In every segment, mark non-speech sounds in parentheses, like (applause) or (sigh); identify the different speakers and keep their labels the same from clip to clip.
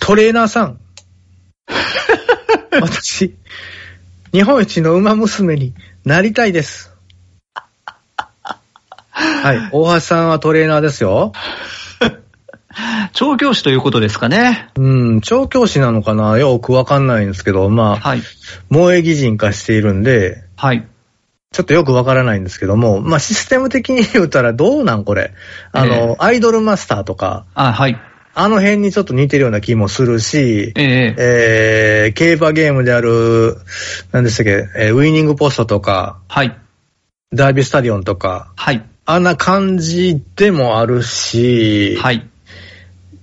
Speaker 1: トレーナーさ
Speaker 2: (laughs)
Speaker 1: ん。私、日本一の馬娘になりたいです。はい。大橋さんはトレーナーですよ。
Speaker 2: 調教師ということですかね。
Speaker 1: うん、調教師なのかなよくわかんないんですけど、まあ、
Speaker 2: はい。
Speaker 1: 萌え擬人化しているんで、
Speaker 2: はい。
Speaker 1: ちょっとよくわからないんですけども、まあ、システム的に言うたらどうなんこれ。あの、
Speaker 2: ええ
Speaker 1: アイドルマスターとか、
Speaker 2: あ、はい。
Speaker 1: あの辺にちょっと似てるような気もするし、
Speaker 2: ええ
Speaker 1: えー、競馬ゲームである、何でしたっけ、えーウィニングポストとか、
Speaker 2: はい。
Speaker 1: ダービースタディオンとか、
Speaker 2: はい。
Speaker 1: あんな感じでもあるし、
Speaker 2: はい。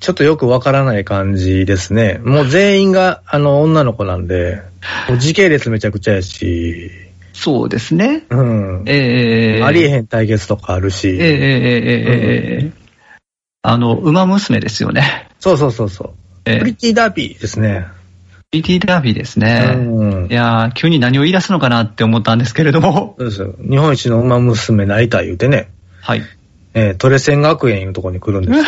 Speaker 1: ちょっとよくわからない感じですね。もう全員が、あの、女の子なんで、もう時系列めちゃくちゃやし、
Speaker 2: そうですね。
Speaker 1: うん。
Speaker 2: ええ
Speaker 1: ありえへん対決とかある
Speaker 2: え
Speaker 1: し、
Speaker 2: えええええええあの、馬娘ですよね。
Speaker 1: そうそうそうそう。
Speaker 2: ええ
Speaker 1: プリティダービーですね。
Speaker 2: ビティダービーですね。
Speaker 1: うん
Speaker 2: い。やー、急に何を言い出すのかなって思ったんですけれども。
Speaker 1: そうですよ。日本一の馬娘なりたい言うてね、
Speaker 2: (laughs) はい。
Speaker 1: えートレセン学園いうとこに来るんですよ。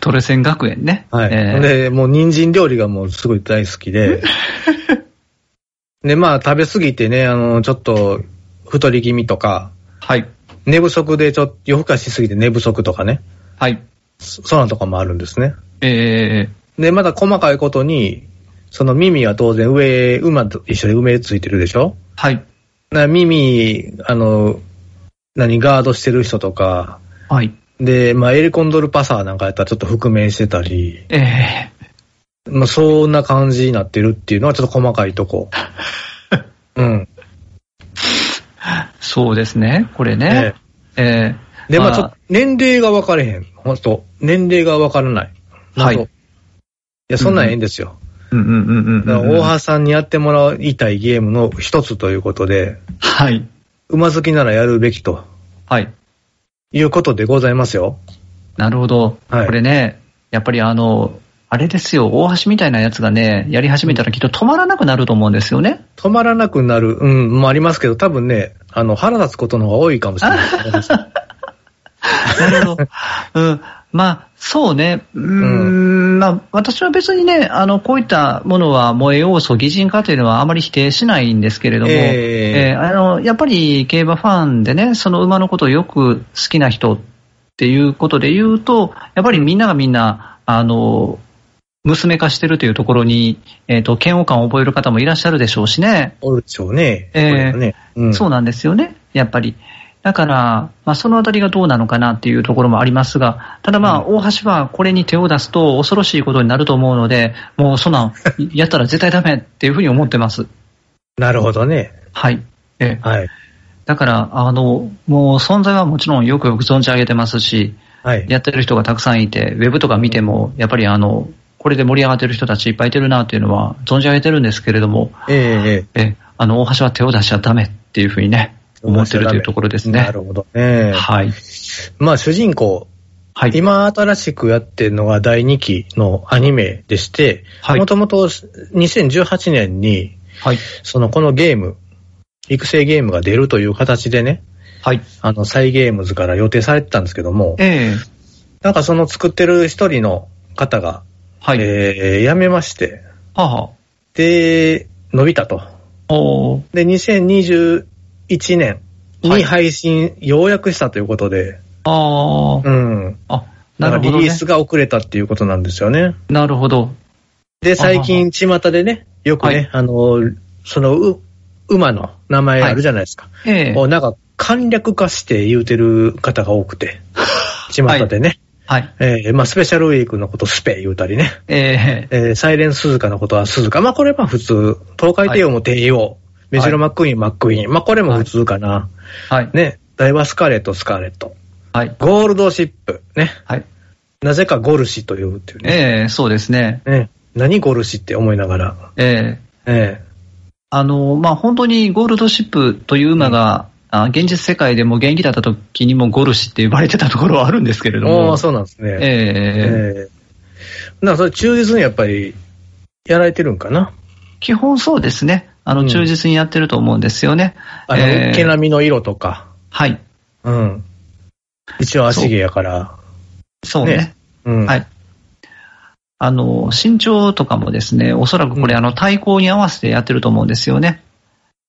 Speaker 2: トレセン学園ね。
Speaker 1: はい。
Speaker 2: ええ
Speaker 1: で、もう人参料理がもうすごい大好き
Speaker 2: (laughs)
Speaker 1: で、で、まあ食べ過ぎてね、あの、ちょっと太り気味とか、
Speaker 2: はい。
Speaker 1: 寝不足でちょっと夜更かししすぎて寝不足とかね、
Speaker 2: はい。
Speaker 1: そそんなんとかもあるんですね。
Speaker 2: ええ
Speaker 1: で、まだ細かいことに、その耳は当然上、馬と一緒に上ついてるでしょ
Speaker 2: はい。
Speaker 1: だから耳、あの、何、ガードしてる人とか、
Speaker 2: はい。
Speaker 1: で、まあ、エリコンドルパサーなんかやったらちょっと覆面してたり、
Speaker 2: ええ
Speaker 1: まあ、そんな感じになってるっていうのはちょっと細かいと
Speaker 2: (laughs)
Speaker 1: こ。うん。
Speaker 2: そうですね。これね。ええ
Speaker 1: で、まあ、ちょっと、年齢が分かれへん。ほんと、年齢が分からない。
Speaker 2: はい
Speaker 1: 謎いや、そんなんええんですよ。
Speaker 2: うんうんうんうんうん。
Speaker 1: だから大橋さんにやってもらいたいゲームの一つということで、
Speaker 2: はい。
Speaker 1: 馬好きならやるべきと
Speaker 2: はい。
Speaker 1: いうことでございますよ。
Speaker 2: なるほど。
Speaker 1: はい
Speaker 2: これね、やっぱりあの、あれですよ、大橋みたいなやつがね、やり始めたらきっと止まらなくなると思うんですよね。
Speaker 1: 止まらなくなる、うん、もありますけど、多分ね、あの、腹立つことの方が多いかもしれない
Speaker 2: (laughs)
Speaker 1: です。
Speaker 2: なるほど。 (laughs) うん。まあ、そうね。うーん、まあ、私は別にね、あの、こういったものは萌え要素、擬人化というのはあまり否定しないんですけれども、
Speaker 1: ええ
Speaker 2: えーあの、やっぱり競馬ファンでね、その馬のことをよく好きな人っていうことで言うと、やっぱりみんながみんな、あの、娘化してるというところに、えっ、と、嫌悪感を覚える方もいらっしゃるでしょうしね。
Speaker 1: おるでしょうね。
Speaker 2: ええ
Speaker 1: これはねうん、
Speaker 2: そうなんですよね、やっぱり。だから、まあ、そのあたりがどうなのかなっていうところもありますが、ただまあ、大橋はこれに手を出すと恐ろしいことになると思うので、もうそ
Speaker 1: (laughs)
Speaker 2: んなん、やったら絶対ダメっていうふうに思ってます。
Speaker 1: なるほどね。
Speaker 2: はい。ええ
Speaker 1: はい。
Speaker 2: だから、あの、もう存在はもちろんよくよく存じ上げてますし、
Speaker 1: はい。
Speaker 2: やってる人がたくさんいて、ウェブとか見ても、やっぱりあの、これで盛り上がってる人たちいっぱいいてるなっていうのは存じ上げてるんですけれども、
Speaker 1: ええええ
Speaker 2: ええあの、大橋は手を出しちゃダメっていうふうにね、思ってるというところですね。
Speaker 1: なるほどね。
Speaker 2: はい。
Speaker 1: まあ、主人公、
Speaker 2: はい。
Speaker 1: 今新しくやってるのが第2期のアニメでして、
Speaker 2: はい
Speaker 1: もともと2018年に、
Speaker 2: はい。
Speaker 1: そのこのゲーム、育成ゲームが出るという形でね、
Speaker 2: はい。
Speaker 1: あの、サイゲームズから予定されてたんですけども、
Speaker 2: ええ
Speaker 1: なんかその作ってる一人の方が、
Speaker 2: はい。
Speaker 1: えー辞めまして、
Speaker 2: はは。
Speaker 1: で、伸びたと。
Speaker 2: おー
Speaker 1: で、2021年
Speaker 2: はい
Speaker 1: に配信、ようやくしたということで、
Speaker 2: あー
Speaker 1: うん。
Speaker 2: あ、
Speaker 1: なか
Speaker 2: なんるほ
Speaker 1: リ
Speaker 2: ど、
Speaker 1: リ
Speaker 2: ね
Speaker 1: ー。スが遅れたっていうことなんですよね。
Speaker 2: なるほど。
Speaker 1: で、最近、巷でね、よくね、
Speaker 2: はい
Speaker 1: あの、その、う、馬の名前あるじゃないですか。
Speaker 2: ええ
Speaker 1: をなんか、簡略化して言うてる方が多く
Speaker 2: (laughs)
Speaker 1: て、巷でね。
Speaker 2: はい。
Speaker 1: えーまあ、スペシャルウィークのことスペ言うたりね。
Speaker 2: ええ
Speaker 1: えーサイレンスズカのことは鈴鹿。まあ、これは普通。東海帝王も帝王。メジロマックイーン、マックイーン。まあ、これも普通かな。
Speaker 2: はい。
Speaker 1: ね、ダイバースカーレット、スカーレット。
Speaker 2: はい。
Speaker 1: ゴールドシップ。ね。
Speaker 2: はい。
Speaker 1: なぜかゴルシと呼ぶっていうね。
Speaker 2: ええそうですね。
Speaker 1: ね。何ゴルシって思いながら。
Speaker 2: え
Speaker 1: え
Speaker 2: えあの、まあ、本当にゴールドシップという馬が、あ現実世界でも元気だった時にもゴルシって呼ばれてたところはあるんですけれ
Speaker 1: え
Speaker 2: ど
Speaker 1: お
Speaker 2: も。
Speaker 1: ーそうなんですね。え
Speaker 2: ええ
Speaker 1: えなそれ忠実にやっぱり、やられてるんかな。
Speaker 2: 基本そうですね。
Speaker 1: う
Speaker 2: あの、
Speaker 1: ん
Speaker 2: 忠実にやってると思うんですよね。
Speaker 1: あの、
Speaker 2: ええ
Speaker 1: 毛並みの色とか。
Speaker 2: はい。
Speaker 1: うん。一応足毛やから。
Speaker 2: そうね。
Speaker 1: ねうん。
Speaker 2: はいあの、身長とかもですね、おそらくこれ、
Speaker 1: うん
Speaker 2: あの、対抗に合わせてやってると思うんですよね。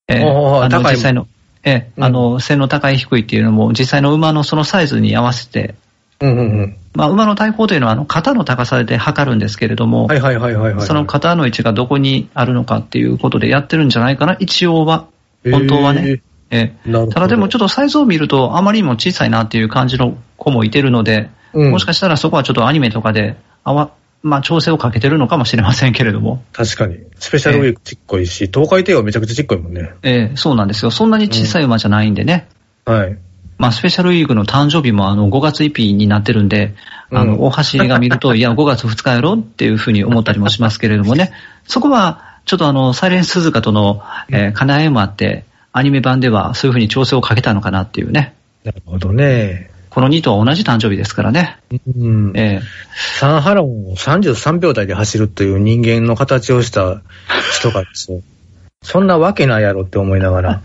Speaker 2: えー
Speaker 1: おー
Speaker 2: あの
Speaker 1: 高い
Speaker 2: 実際の、えー
Speaker 1: うん
Speaker 2: あの、背の高い低いっていうのも、実際の馬のそのサイズに合わせて、
Speaker 1: うんうんうん。
Speaker 2: まあ、馬の対抗というのは、あの、肩の高さで測るんですけれども、
Speaker 1: はいはいはいはいはい。
Speaker 2: その肩の位置がどこにあるのかっていうことでやってるんじゃないかな、一応は。
Speaker 1: へー、
Speaker 2: 本当はねえ
Speaker 1: なるほど。
Speaker 2: ーただでもちょっとサイズを見ると、あまりにも小さいなっていう感じの子もいてるので、
Speaker 1: と、うん、
Speaker 2: もしかしたらそこはちょっとアニメとかで、あわ、まあ、調整をかけてるのかもしれませんけれども。
Speaker 1: 確かに。スペシャルウィークちっこいし、東海帝王めちゃくちゃちっこいもんね。
Speaker 2: ええそうなんですよ。そんなに小さい馬じゃないんでね。
Speaker 1: はい。
Speaker 2: まあ、スペシャルウィークの誕生日もあの5月1日になってるんで、あ
Speaker 1: うん
Speaker 2: の、大橋が見る
Speaker 1: (laughs)
Speaker 2: と、いや、5月2日やろっていうふうに思ったりもしますけれどもね。そこは、ちょっとあの、サイレンスズカとの、えー、金合いもあって、アニメ版ではそういうふうに調整をかけたのかなっていうね。
Speaker 1: なるほどね。
Speaker 2: この2頭は同じ誕生日ですからね。
Speaker 1: うん。
Speaker 2: ええ
Speaker 1: サンハラオンを33秒台で走るという人間の形をした人がですよ。そんなわけないやろって思いながら。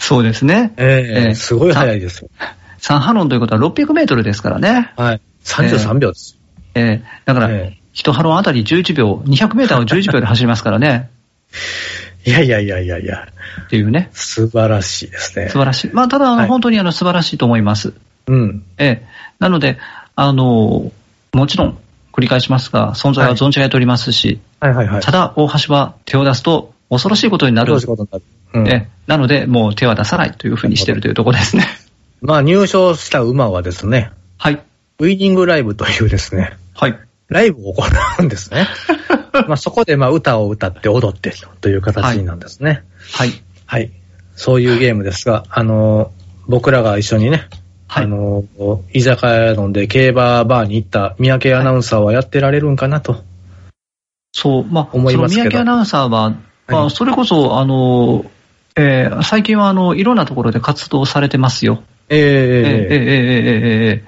Speaker 2: そうですね。
Speaker 1: え
Speaker 2: (laughs) え
Speaker 1: え
Speaker 2: え
Speaker 1: すごい速いですよ。
Speaker 2: サンハロンということは600メートルですからね。
Speaker 1: はい。33秒です。
Speaker 2: ええだから、
Speaker 1: え
Speaker 2: 一ハロンあたり11秒、200メーターを11秒で走りますから
Speaker 1: (laughs)
Speaker 2: ね。
Speaker 1: えいやいやいやいやいや、
Speaker 2: っていうね。
Speaker 1: 素晴らしいですね
Speaker 2: 素。晴らしい。まあ、ただ、あの
Speaker 1: はい
Speaker 2: 本当にあの素晴らしいと思います。
Speaker 1: うん。
Speaker 2: ええ。なので、あの、もちろん、繰り返しますが、存在は存じ上げておりますし、
Speaker 1: はいはいはい。
Speaker 2: ただ、大橋は手を出すと恐ろしいことになる
Speaker 1: どう。しことになる。うん
Speaker 2: ええなので、もう手は出さないというふうにしてるというところですね。
Speaker 1: まあ入賞した馬はですね、
Speaker 2: はい。
Speaker 1: ウィニングライブというですね、
Speaker 2: はい。
Speaker 1: ライブを行うんです
Speaker 2: (laughs)
Speaker 1: ね。まあそこでまあ歌を歌って踊ってという形なんですね。
Speaker 2: はい。
Speaker 1: はい。そういうゲームですが、あの、僕らが一緒にね、
Speaker 2: はい
Speaker 1: あの、居酒屋飲んで競馬バーに行った三宅アナウンサーはやってられるんかなと。
Speaker 2: そう、まあ、そ
Speaker 1: 思い
Speaker 2: の
Speaker 1: ますけ
Speaker 2: 三
Speaker 1: ど
Speaker 2: 宅アナウンサーは、ま
Speaker 1: は
Speaker 2: あ、
Speaker 1: い
Speaker 2: それこそ、あの、ええ最近は、あの、いろんなところで活動されてますよ。
Speaker 1: ええ
Speaker 2: ええええええ
Speaker 1: ええ
Speaker 2: ええええ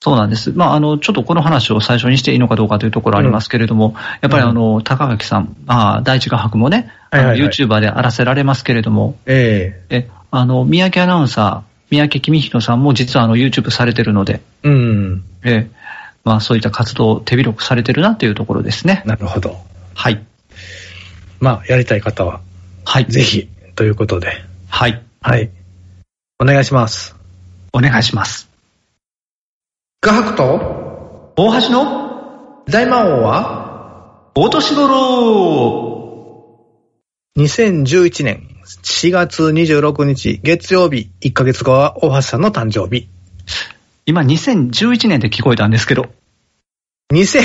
Speaker 2: そうなんです。まあ、あの、ちょっとこの話を最初にしていいのかどうかというところありますけれども、やっぱりあの、高垣さん、ああ第一画伯もね、あの
Speaker 1: はいはいはい
Speaker 2: YouTuber であらせられますけれども、
Speaker 1: え
Speaker 2: え、あの、三宅アナウンサー、三宅公彦さんも実はあの、YouTube されてるので、
Speaker 1: えうん。
Speaker 2: ええまあ、そういった活動を手広くされてるなというところですね。
Speaker 1: なるほど。
Speaker 2: はい。
Speaker 1: まあ、やりたい方は、
Speaker 2: はい。
Speaker 1: ぜ。ひ、ということで。
Speaker 2: はい。
Speaker 1: はい。お願いします。
Speaker 2: お願いします。
Speaker 1: 画伯と
Speaker 2: 大橋の
Speaker 1: 大魔王は
Speaker 2: お年頃
Speaker 1: ?2011 年4月26日月曜日、1ヶ月後は大橋さんの誕生日。
Speaker 2: 今、2011年で聞こえたんですけど、
Speaker 1: (laughs) 2000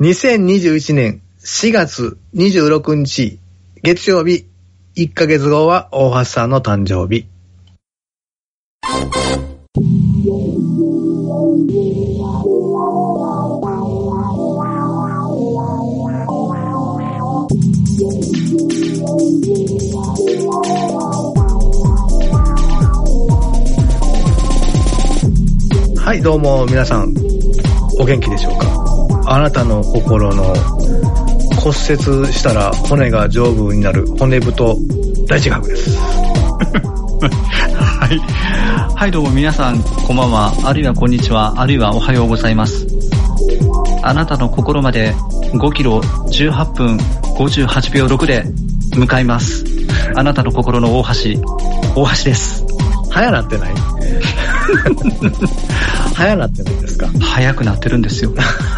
Speaker 1: 2021年4月26日月曜日1ヶ月後は大橋さんの誕生日。はい、どうも皆さん、お元気でしょうかあなたの心の骨折したら骨が丈夫になる骨太大地学です。
Speaker 2: はい。はい、どうも皆さん、こんばんは。あるいはこんにちは。あるいはおはようございます。あなたの心まで5キロ18分58秒6で向かいます。あなたの心の大橋、大橋です。
Speaker 1: 早なってない (laughs) 早なってないですか
Speaker 2: 早くなってるんですよ。
Speaker 1: あ
Speaker 2: (laughs)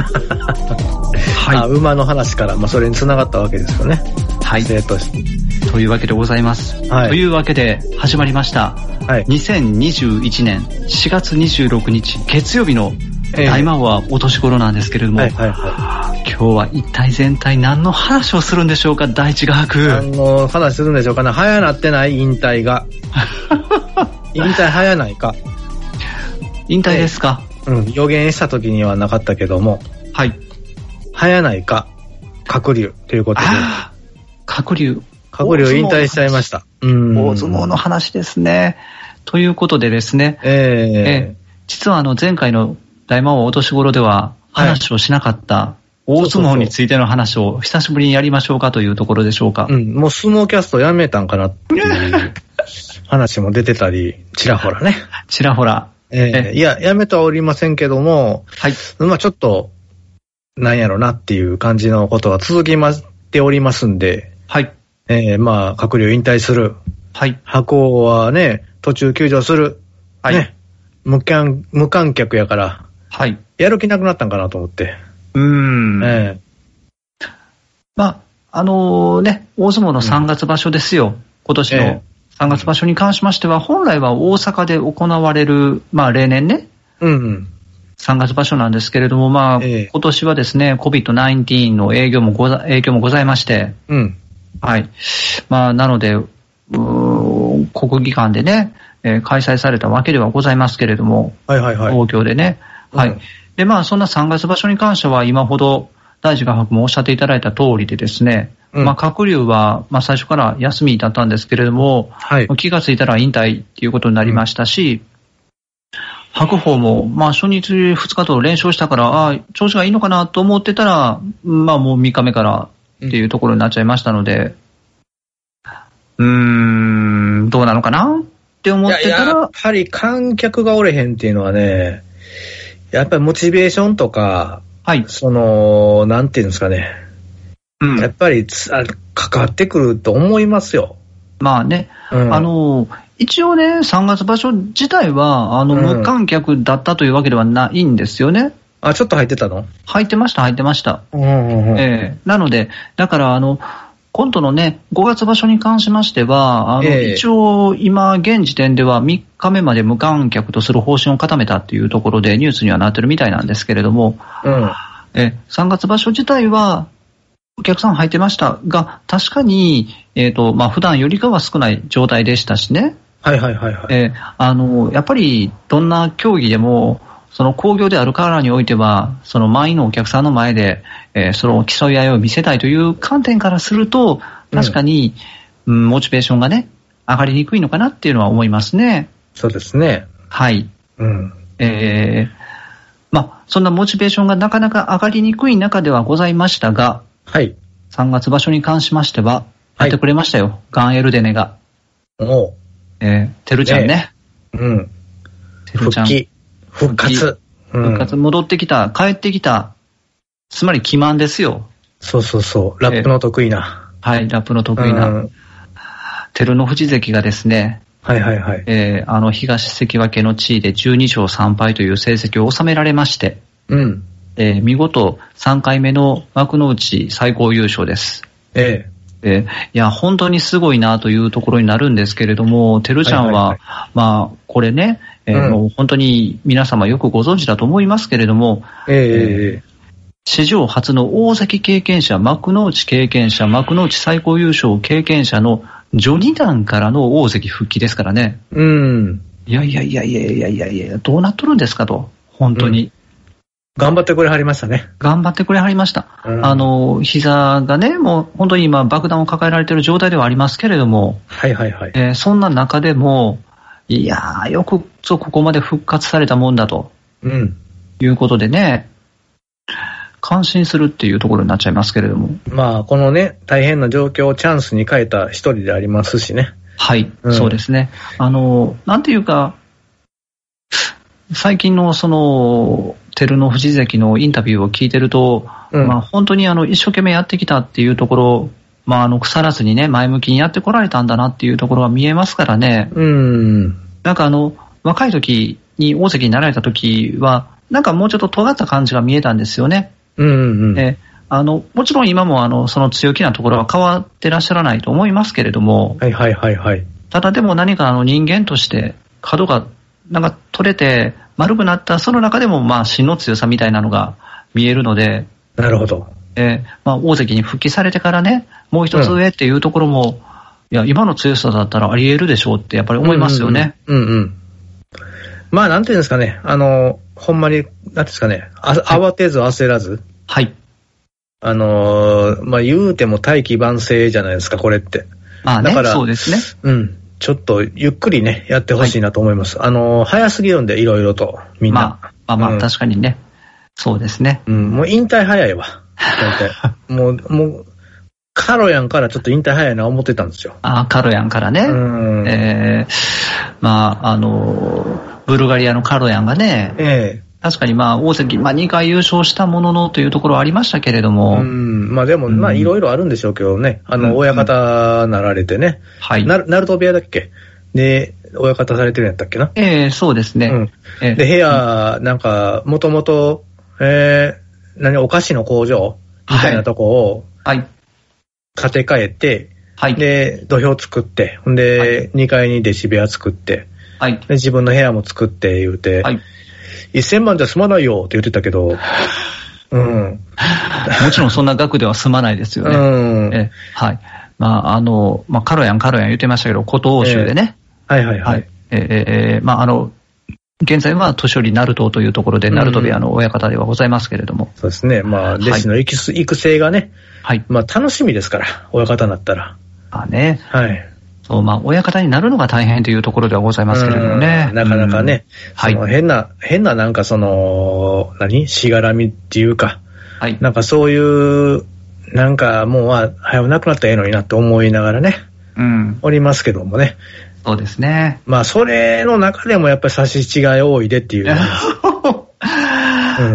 Speaker 2: は
Speaker 1: 馬の話から、まあ、それに繋がったわけですよね。
Speaker 2: い。はい。
Speaker 1: 生として。
Speaker 2: というわけでございます。
Speaker 1: はい
Speaker 2: というわけで始まりました。
Speaker 1: はい。
Speaker 2: 2021年4月26日月曜日の
Speaker 1: ええ
Speaker 2: 大魔王はお年頃なんですけれども、
Speaker 1: はいはいは
Speaker 2: 今日は一体全体何の話をするんでしょうか、第一画
Speaker 1: い。
Speaker 2: 伯。
Speaker 1: あの、話するんでしょうかね。早なってない引退 (laughs) が。引退早ないか。
Speaker 2: 引退ですか、
Speaker 1: うん。予言した時にはなかったけども、
Speaker 2: はい。
Speaker 1: 早ないか。隔流ということで。
Speaker 2: ああ、鶴竜、
Speaker 1: 閣僚引退しちゃいました。うん
Speaker 2: 大相撲の。話ですね。ということでですね、
Speaker 1: ええ
Speaker 2: 実はあの前回の大魔王お年頃では
Speaker 1: はい
Speaker 2: 話をしなかった大相撲についての話を久しぶりにやりましょうかというところでしょうか。
Speaker 1: うん、もう相撲キャストやめたんかなっていう話も出てたり、ちらほらね。
Speaker 2: ちらほら、
Speaker 1: え
Speaker 2: え
Speaker 1: えいや、やめとはおりませんけども、
Speaker 2: はい。
Speaker 1: まあちょっと、なんやろなっていう感じのことが続きましておりますんで、
Speaker 2: はい。
Speaker 1: ええまあ、閣僚引退する。
Speaker 2: はい。
Speaker 1: 箱はね、途中休場する。
Speaker 2: はい
Speaker 1: ね、無観無観客やから、
Speaker 2: はい。
Speaker 1: やる気なくなったんかなと思って。
Speaker 2: うーん。
Speaker 1: え
Speaker 2: まあ、あのね、大相撲の3月場所ですよ。今年
Speaker 1: ええ
Speaker 2: の3月場所に関しましては、本来は大阪で行われる、まあ、例年ね、
Speaker 1: えうんうん。
Speaker 2: 3月場所なんですけれども、まあ、
Speaker 1: ええ
Speaker 2: 今年はですね、COVID-19 の営業もござ、影響もございまして、
Speaker 1: うん。
Speaker 2: はい。まあ、なので、うー国技館でね、えー開催されたわけではございますけれども、
Speaker 1: はいはいはい。
Speaker 2: 東京でね。はい。
Speaker 1: うん
Speaker 2: で、まあ、そんな3月場所に関しては、今ほど大臣が博もおっしゃっていただいた通りでですね、
Speaker 1: うん
Speaker 2: まあ、閣僚は、まあ、最初から休みだったんですけれども、
Speaker 1: はい。
Speaker 2: 気がついたら引退っていうことになりましたし、白鵬も、まあ、初日2日と連勝したから、ああ、調子がいいのかなと思ってたら、まあ、もう3日目からっていうところになっちゃいましたので、うーん、どうなのかなって思
Speaker 1: い
Speaker 2: っ
Speaker 1: や
Speaker 2: てた
Speaker 1: やっ
Speaker 2: ら、
Speaker 1: ぱり観客がおれへんっていうのはね、やっぱりモチベーションとか、
Speaker 2: はい。
Speaker 1: その、なんていうんですかね。
Speaker 2: う
Speaker 1: やっ。
Speaker 2: ん
Speaker 1: ぱりつ、あ関わってくると思いますよ。
Speaker 2: まあね、
Speaker 1: うん
Speaker 2: あの、一応ね、3月場所自体は、あの、
Speaker 1: うん
Speaker 2: 無観客だったというわけではないんですよね。
Speaker 1: あ、ちょっと入ってたの
Speaker 2: 入ってました、入ってました。
Speaker 1: うんうんうん。
Speaker 2: ええなので、だから、あの、今度のね、5月場所に関しましては、あの、
Speaker 1: ええ
Speaker 2: 一応、今、現時点では3日目まで無観客とする方針を固めたっていうところでニュースにはなってるみたいなんですけれども、
Speaker 1: うん。
Speaker 2: え3月場所自体は、お客さん入ってましたが、確かに、えっ、と、まあ、普段よりかは少ない状態でしたしね。
Speaker 1: はいはいはいはい。
Speaker 2: えーあの、やっぱり、どんな競技でも、その興行であるからにおいては、その満員のお客さんの前で、えーその競い合いを見せたいという観点からすると、確かに、うんモチベーションがね、上がりにくいのかなっていうのは思いますね。
Speaker 1: そうですね。
Speaker 2: はい。
Speaker 1: うん。
Speaker 2: えーまあ、そんなモチベーションがなかなか上がりにくい中ではございましたが、
Speaker 1: はい。
Speaker 2: 3月場所に関しましては、
Speaker 1: は
Speaker 2: や
Speaker 1: い
Speaker 2: ってくれましたよ。ガンエルデネが。
Speaker 1: も
Speaker 2: えー、てるちゃんね。
Speaker 1: う、うん。
Speaker 2: てる
Speaker 1: 復
Speaker 2: ちゃん。
Speaker 1: 帰。復活。うん
Speaker 2: 復活、戻ってきた、帰ってきた、つまり欺瞞ですよ。
Speaker 1: そうそうそう。ラップの得意な。
Speaker 2: はい、ラップの得意
Speaker 1: う
Speaker 2: な、
Speaker 1: ん
Speaker 2: 照ノ富士関がですね、
Speaker 1: はいはいはい。
Speaker 2: えーあの東関脇の地位で12勝3敗という成績を収められまして、
Speaker 1: うん。
Speaker 2: えー見事3回目の幕内最高優勝です。
Speaker 1: ええ。
Speaker 2: えーいや、本当にすごいなというところになるんですけれども、てるちゃん
Speaker 1: は
Speaker 2: は、
Speaker 1: いはい
Speaker 2: まあ、これね、えー
Speaker 1: うん
Speaker 2: もう本当に皆様よくご存知だと思いますけれども、
Speaker 1: ええええ。
Speaker 2: 史上初の大関経験者、幕の内経験者、幕の内最高優勝経験者の序二段からの大関復帰ですからね。
Speaker 1: うん。
Speaker 2: いやいやいやいやいやいやいや、どうなっとるんですかと。本当に。
Speaker 1: 頑張ってくれはりましたね。
Speaker 2: 頑張ってくれはりました。
Speaker 1: うん
Speaker 2: あの、膝がね、もう本当に今爆弾を抱えられてる状態ではありますけれども、
Speaker 1: はいはいはい。
Speaker 2: えーそんな中でも、いやー、よくぞここまで復活されたもんだと
Speaker 1: うん。
Speaker 2: いうことでね、感心するっていうところになっちゃいますけれども。
Speaker 1: まあ、このね、大変な状況をチャンスに変えた一人でありますしね。
Speaker 2: はい、
Speaker 1: うん
Speaker 2: そうですね。あの、なんていうか、最近のその、照ノ富士関のインタビューを聞いてると、
Speaker 1: うん
Speaker 2: まあ本当にあの、一生懸命やってきたっていうところ、まああの、腐らずにね、前向きにやってこられたんだなっていうところは見えますからね。
Speaker 1: うん。
Speaker 2: なんかあの、若い時に大関になられた時は、なんかもうちょっと尖った感じが見えたんですよね。
Speaker 1: うんうんうん。
Speaker 2: えあの、もちろん今もあの、その強気なところは変わってらっしゃらないと思いますけれども、
Speaker 1: はいはいはいはい。
Speaker 2: ただでも何かあの人間として角がなんか取れて丸くなったその中でもまあ芯の強さみたいなのが見えるので、
Speaker 1: なるほど。
Speaker 2: えーまあ大関に復帰されてからね、もう一つ上っていうところも、いや、今の強さだったらあり得るでしょうってやっぱり思いますよね。
Speaker 1: うんうん。うんうんまあ、なんていうんですかね。あの、ほんまに、なんていうんですかね。あ慌てず焦らず。
Speaker 2: はい。
Speaker 1: あのーまあ、言うても大器晩成じゃないですか、これって。
Speaker 2: まあね
Speaker 1: だか、ら
Speaker 2: そうですね。
Speaker 1: うん。ちょっと、ゆっくりね、やってほしいなと思います。あのー早すぎるんで、いろいろと、みんな
Speaker 2: ま。あ、まあま
Speaker 1: う
Speaker 2: あ
Speaker 1: ん
Speaker 2: 確かにね。そうですね。
Speaker 1: うん、もう引退早いわ。大体。もう、もう、カロヤンからちょっと引退早いな思ってたんですよ。
Speaker 2: あーカロヤンからね。
Speaker 1: うん。
Speaker 2: えーまあ、あのーブルガリアのカロヤンがね、
Speaker 1: え
Speaker 2: 確かにまあ大関、まあ2回優勝したもののというところはありましたけれど
Speaker 1: え
Speaker 2: も、
Speaker 1: うん。まあでも、まあ
Speaker 2: うん
Speaker 1: いろいろあるんでしょうけどね。あ
Speaker 2: うん
Speaker 1: の、親方なられてね。
Speaker 2: はい。
Speaker 1: なるナルト部屋だっけで、親方されてるんやったっけな。
Speaker 2: ええそうです
Speaker 1: う
Speaker 2: ね。
Speaker 1: ん。
Speaker 2: ええ
Speaker 1: で、部屋、なんか、もともと、えー、何、お菓子の工場みたいなとこを
Speaker 2: はい。
Speaker 1: 建て替えて、
Speaker 2: はい。
Speaker 1: で、土俵作って、ほん
Speaker 2: は
Speaker 1: で、2階に弟子部屋作って、
Speaker 2: はい。
Speaker 1: で、自分の部屋も作って言うて、
Speaker 2: はい。
Speaker 1: 1000万じゃ済まないよって言ってたけ
Speaker 2: (laughs)
Speaker 1: ど、うん。
Speaker 2: もちろんそんな額では済まないですよね。
Speaker 1: うん。
Speaker 2: ええはい。まあ、あの、まあ、カロヤン、カロヤン言ってましたけど、古東州でね。
Speaker 1: はいはいはい。。
Speaker 2: ええええまあ、あの、現在は年寄りナルトというところで、
Speaker 1: うん
Speaker 2: ナルト部屋の親方ではございますけれども。
Speaker 1: そうですね。まあ、
Speaker 2: はい
Speaker 1: 弟子の育す育成がね、
Speaker 2: はい。
Speaker 1: まあ楽しみですから、親方になったら。
Speaker 2: まあね、
Speaker 1: はい。
Speaker 2: そう、まあ、親方になるのが大変というところではございますけれどもね
Speaker 1: う。んなかなかね、
Speaker 2: はい
Speaker 1: その変な、変ななんかその、何しがらみっていうか、
Speaker 2: うん。はい。
Speaker 1: なんかそういう、なんかもうは、早くなくなったらええのになって思いながらね、
Speaker 2: うん。
Speaker 1: おりますけどもね。
Speaker 2: そうですね。
Speaker 1: まあ、それの中でもやっぱり差し違い多いでって
Speaker 2: (laughs)
Speaker 1: いう。ん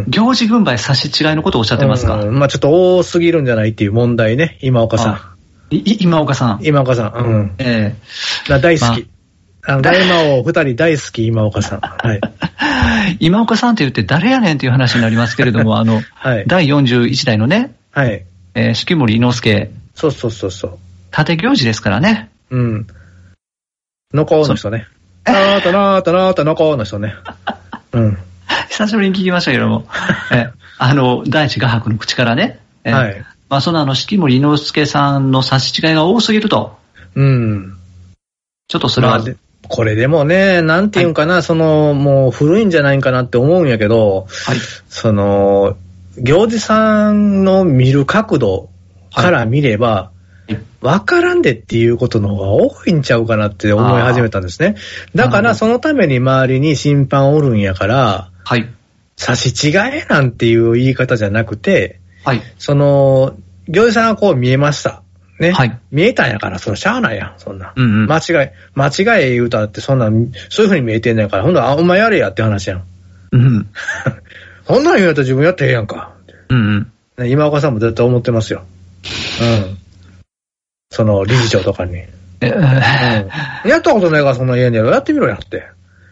Speaker 2: 行事軍配差し違いのことをおっしゃってますか、
Speaker 1: うんまあ、ちょっと多すぎるんじゃないっていう問題ね、今岡さ
Speaker 2: いい今岡さん
Speaker 1: ん。。今岡さん。うん。
Speaker 2: ええ
Speaker 1: だ大好
Speaker 2: ま
Speaker 1: き。あの、大魔王二人大好き、今岡さん。はい。
Speaker 2: 今岡さんって言って誰やねんっていう話になりますけれども、あの、
Speaker 1: はい。
Speaker 2: 第41代のね、
Speaker 1: はい。
Speaker 2: えー、四季森伊之助、
Speaker 1: そうそうそうそう。
Speaker 2: 縦行事ですからね。 (laughs)
Speaker 1: うん。のこの人ね。なーたなーたなーたのこの人ね。うん。
Speaker 2: 久しぶりに聞きましたけ
Speaker 1: (laughs)
Speaker 2: れども、えーあの、第一画伯の口からね、えー
Speaker 1: はい。
Speaker 2: まあ、そのあの、四季森伊之助さんの差し違いが多すぎると、
Speaker 1: うん。
Speaker 2: ちょっとそれは、
Speaker 1: まあでこれでもね、なんていうんかな、その、もう古いんじゃないかなって思うんやけど、
Speaker 2: はい。
Speaker 1: その、行司さんの見る角度から見れば
Speaker 2: はい、
Speaker 1: わからんでっていうことの方が多いんちゃうかなって思い始めたんですね。だか
Speaker 2: なるほど
Speaker 1: らそのために周りに審判おるんやから、
Speaker 2: はい。
Speaker 1: 差し違えなんていう言い方じゃなくて、
Speaker 2: はい。
Speaker 1: その、行司さんがこう見えました。ね。
Speaker 2: はい
Speaker 1: 見えたんやから、それしゃあないやん、そんな。
Speaker 2: うんうん。
Speaker 1: 間違い、間違い言うたってそんなん、そういう風に見えてんねんから、ほんなら、あお前やれやって話やん。
Speaker 2: うん。
Speaker 1: ほんなん言うやったら自分やってええやんか。
Speaker 2: うんうん。
Speaker 1: ね今岡さんも絶対思ってますよ。うん。その、理事長とかに。うん。
Speaker 2: えー
Speaker 1: やったことないからそんなん言えんねやろ。やってみろやって。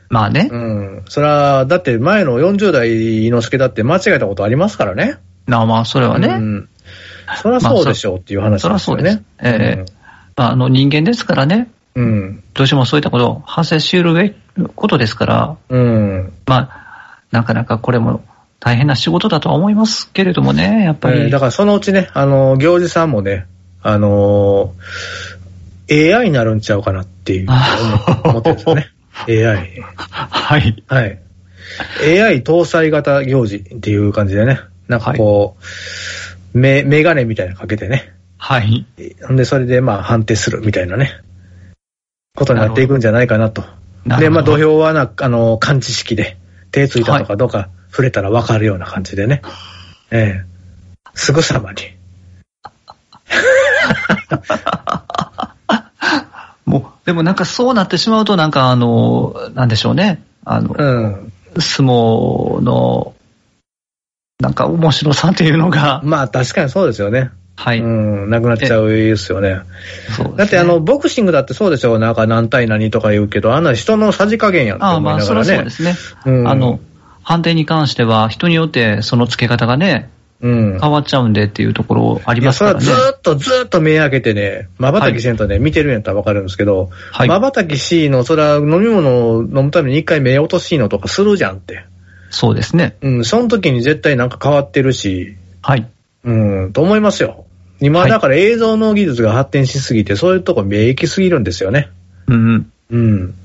Speaker 2: まあね、
Speaker 1: うん。そら、だって前の40代伊之助だって間違えたことありますからね。
Speaker 2: なあまあ、それはね、
Speaker 1: うん。そらそうでしょうっていう話
Speaker 2: そ
Speaker 1: なん
Speaker 2: りゃ
Speaker 1: です
Speaker 2: そ
Speaker 1: よ
Speaker 2: うです
Speaker 1: ね。。
Speaker 2: ええまあ、あの、人間ですからね、
Speaker 1: うん。
Speaker 2: どうしてもそういったことを発生し得るべきことですから、
Speaker 1: うん。うん。
Speaker 2: まあ、なかなかこれも大変な仕事だとは思いますけれどもね、やっぱり。
Speaker 1: えーだからそのうちね、あの、行司さんもね、あのー AI になるんちゃうかなっていう
Speaker 2: あ
Speaker 1: 思ってるんですよね。AI。
Speaker 2: はい。
Speaker 1: はい。AI 搭載型行事っていう感じでね。なんかこう、メメガネみたいなのかけてね。
Speaker 2: はい。
Speaker 1: ほんで、それでまあ判定するみたいなね。ことになっていくんじゃないかなと。
Speaker 2: な
Speaker 1: で、
Speaker 2: るほ
Speaker 1: まあ
Speaker 2: ど
Speaker 1: 土俵はな、あの、感知式で、手ついたのかどうか、触れたらわかるような感じでね。ええ。すぐさまに。
Speaker 2: もう、でもなんかそうなってしまうと、なんかあの、なんでしょうね。あの、
Speaker 1: うん。
Speaker 2: 相撲の、なんか面白さっていうのが、
Speaker 1: まあ確かにそうですよね。
Speaker 2: はい。
Speaker 1: うん。なくなっちゃうですよね。
Speaker 2: そうですね
Speaker 1: だってあの、、ボクシングだってそうでしょなんか何対何とか言うけど、あんな人のさじ加減やんって
Speaker 2: ああ、ま
Speaker 1: 思い
Speaker 2: あ、
Speaker 1: な
Speaker 2: そ
Speaker 1: が
Speaker 2: れ
Speaker 1: ら
Speaker 2: はそう
Speaker 1: ね
Speaker 2: で。すね。
Speaker 1: うん
Speaker 2: あの、判定に関しては、人によってその付け方がね、
Speaker 1: うん。
Speaker 2: 変わっちゃうんでっていうところあ
Speaker 1: い
Speaker 2: りま
Speaker 1: や、
Speaker 2: す
Speaker 1: そ
Speaker 2: か
Speaker 1: れ
Speaker 2: ら
Speaker 1: はず。
Speaker 2: ね
Speaker 1: ーっとずーっと目開けてね、瞬きせんとね、見てるんやったらわかるんですけど、
Speaker 2: はい
Speaker 1: 瞬きしの、そら飲み物を飲むために一回目落としのとかするじゃんって。
Speaker 2: そうですね。
Speaker 1: うん、その時に絶対なんか変わってるし、
Speaker 2: はい。
Speaker 1: うん、と思いますよ。
Speaker 2: は
Speaker 1: 今
Speaker 2: い
Speaker 1: だから映像の技術が発展しすぎて、そういうとこ目行きすぎるんですよね。
Speaker 2: うんうん。
Speaker 1: うん。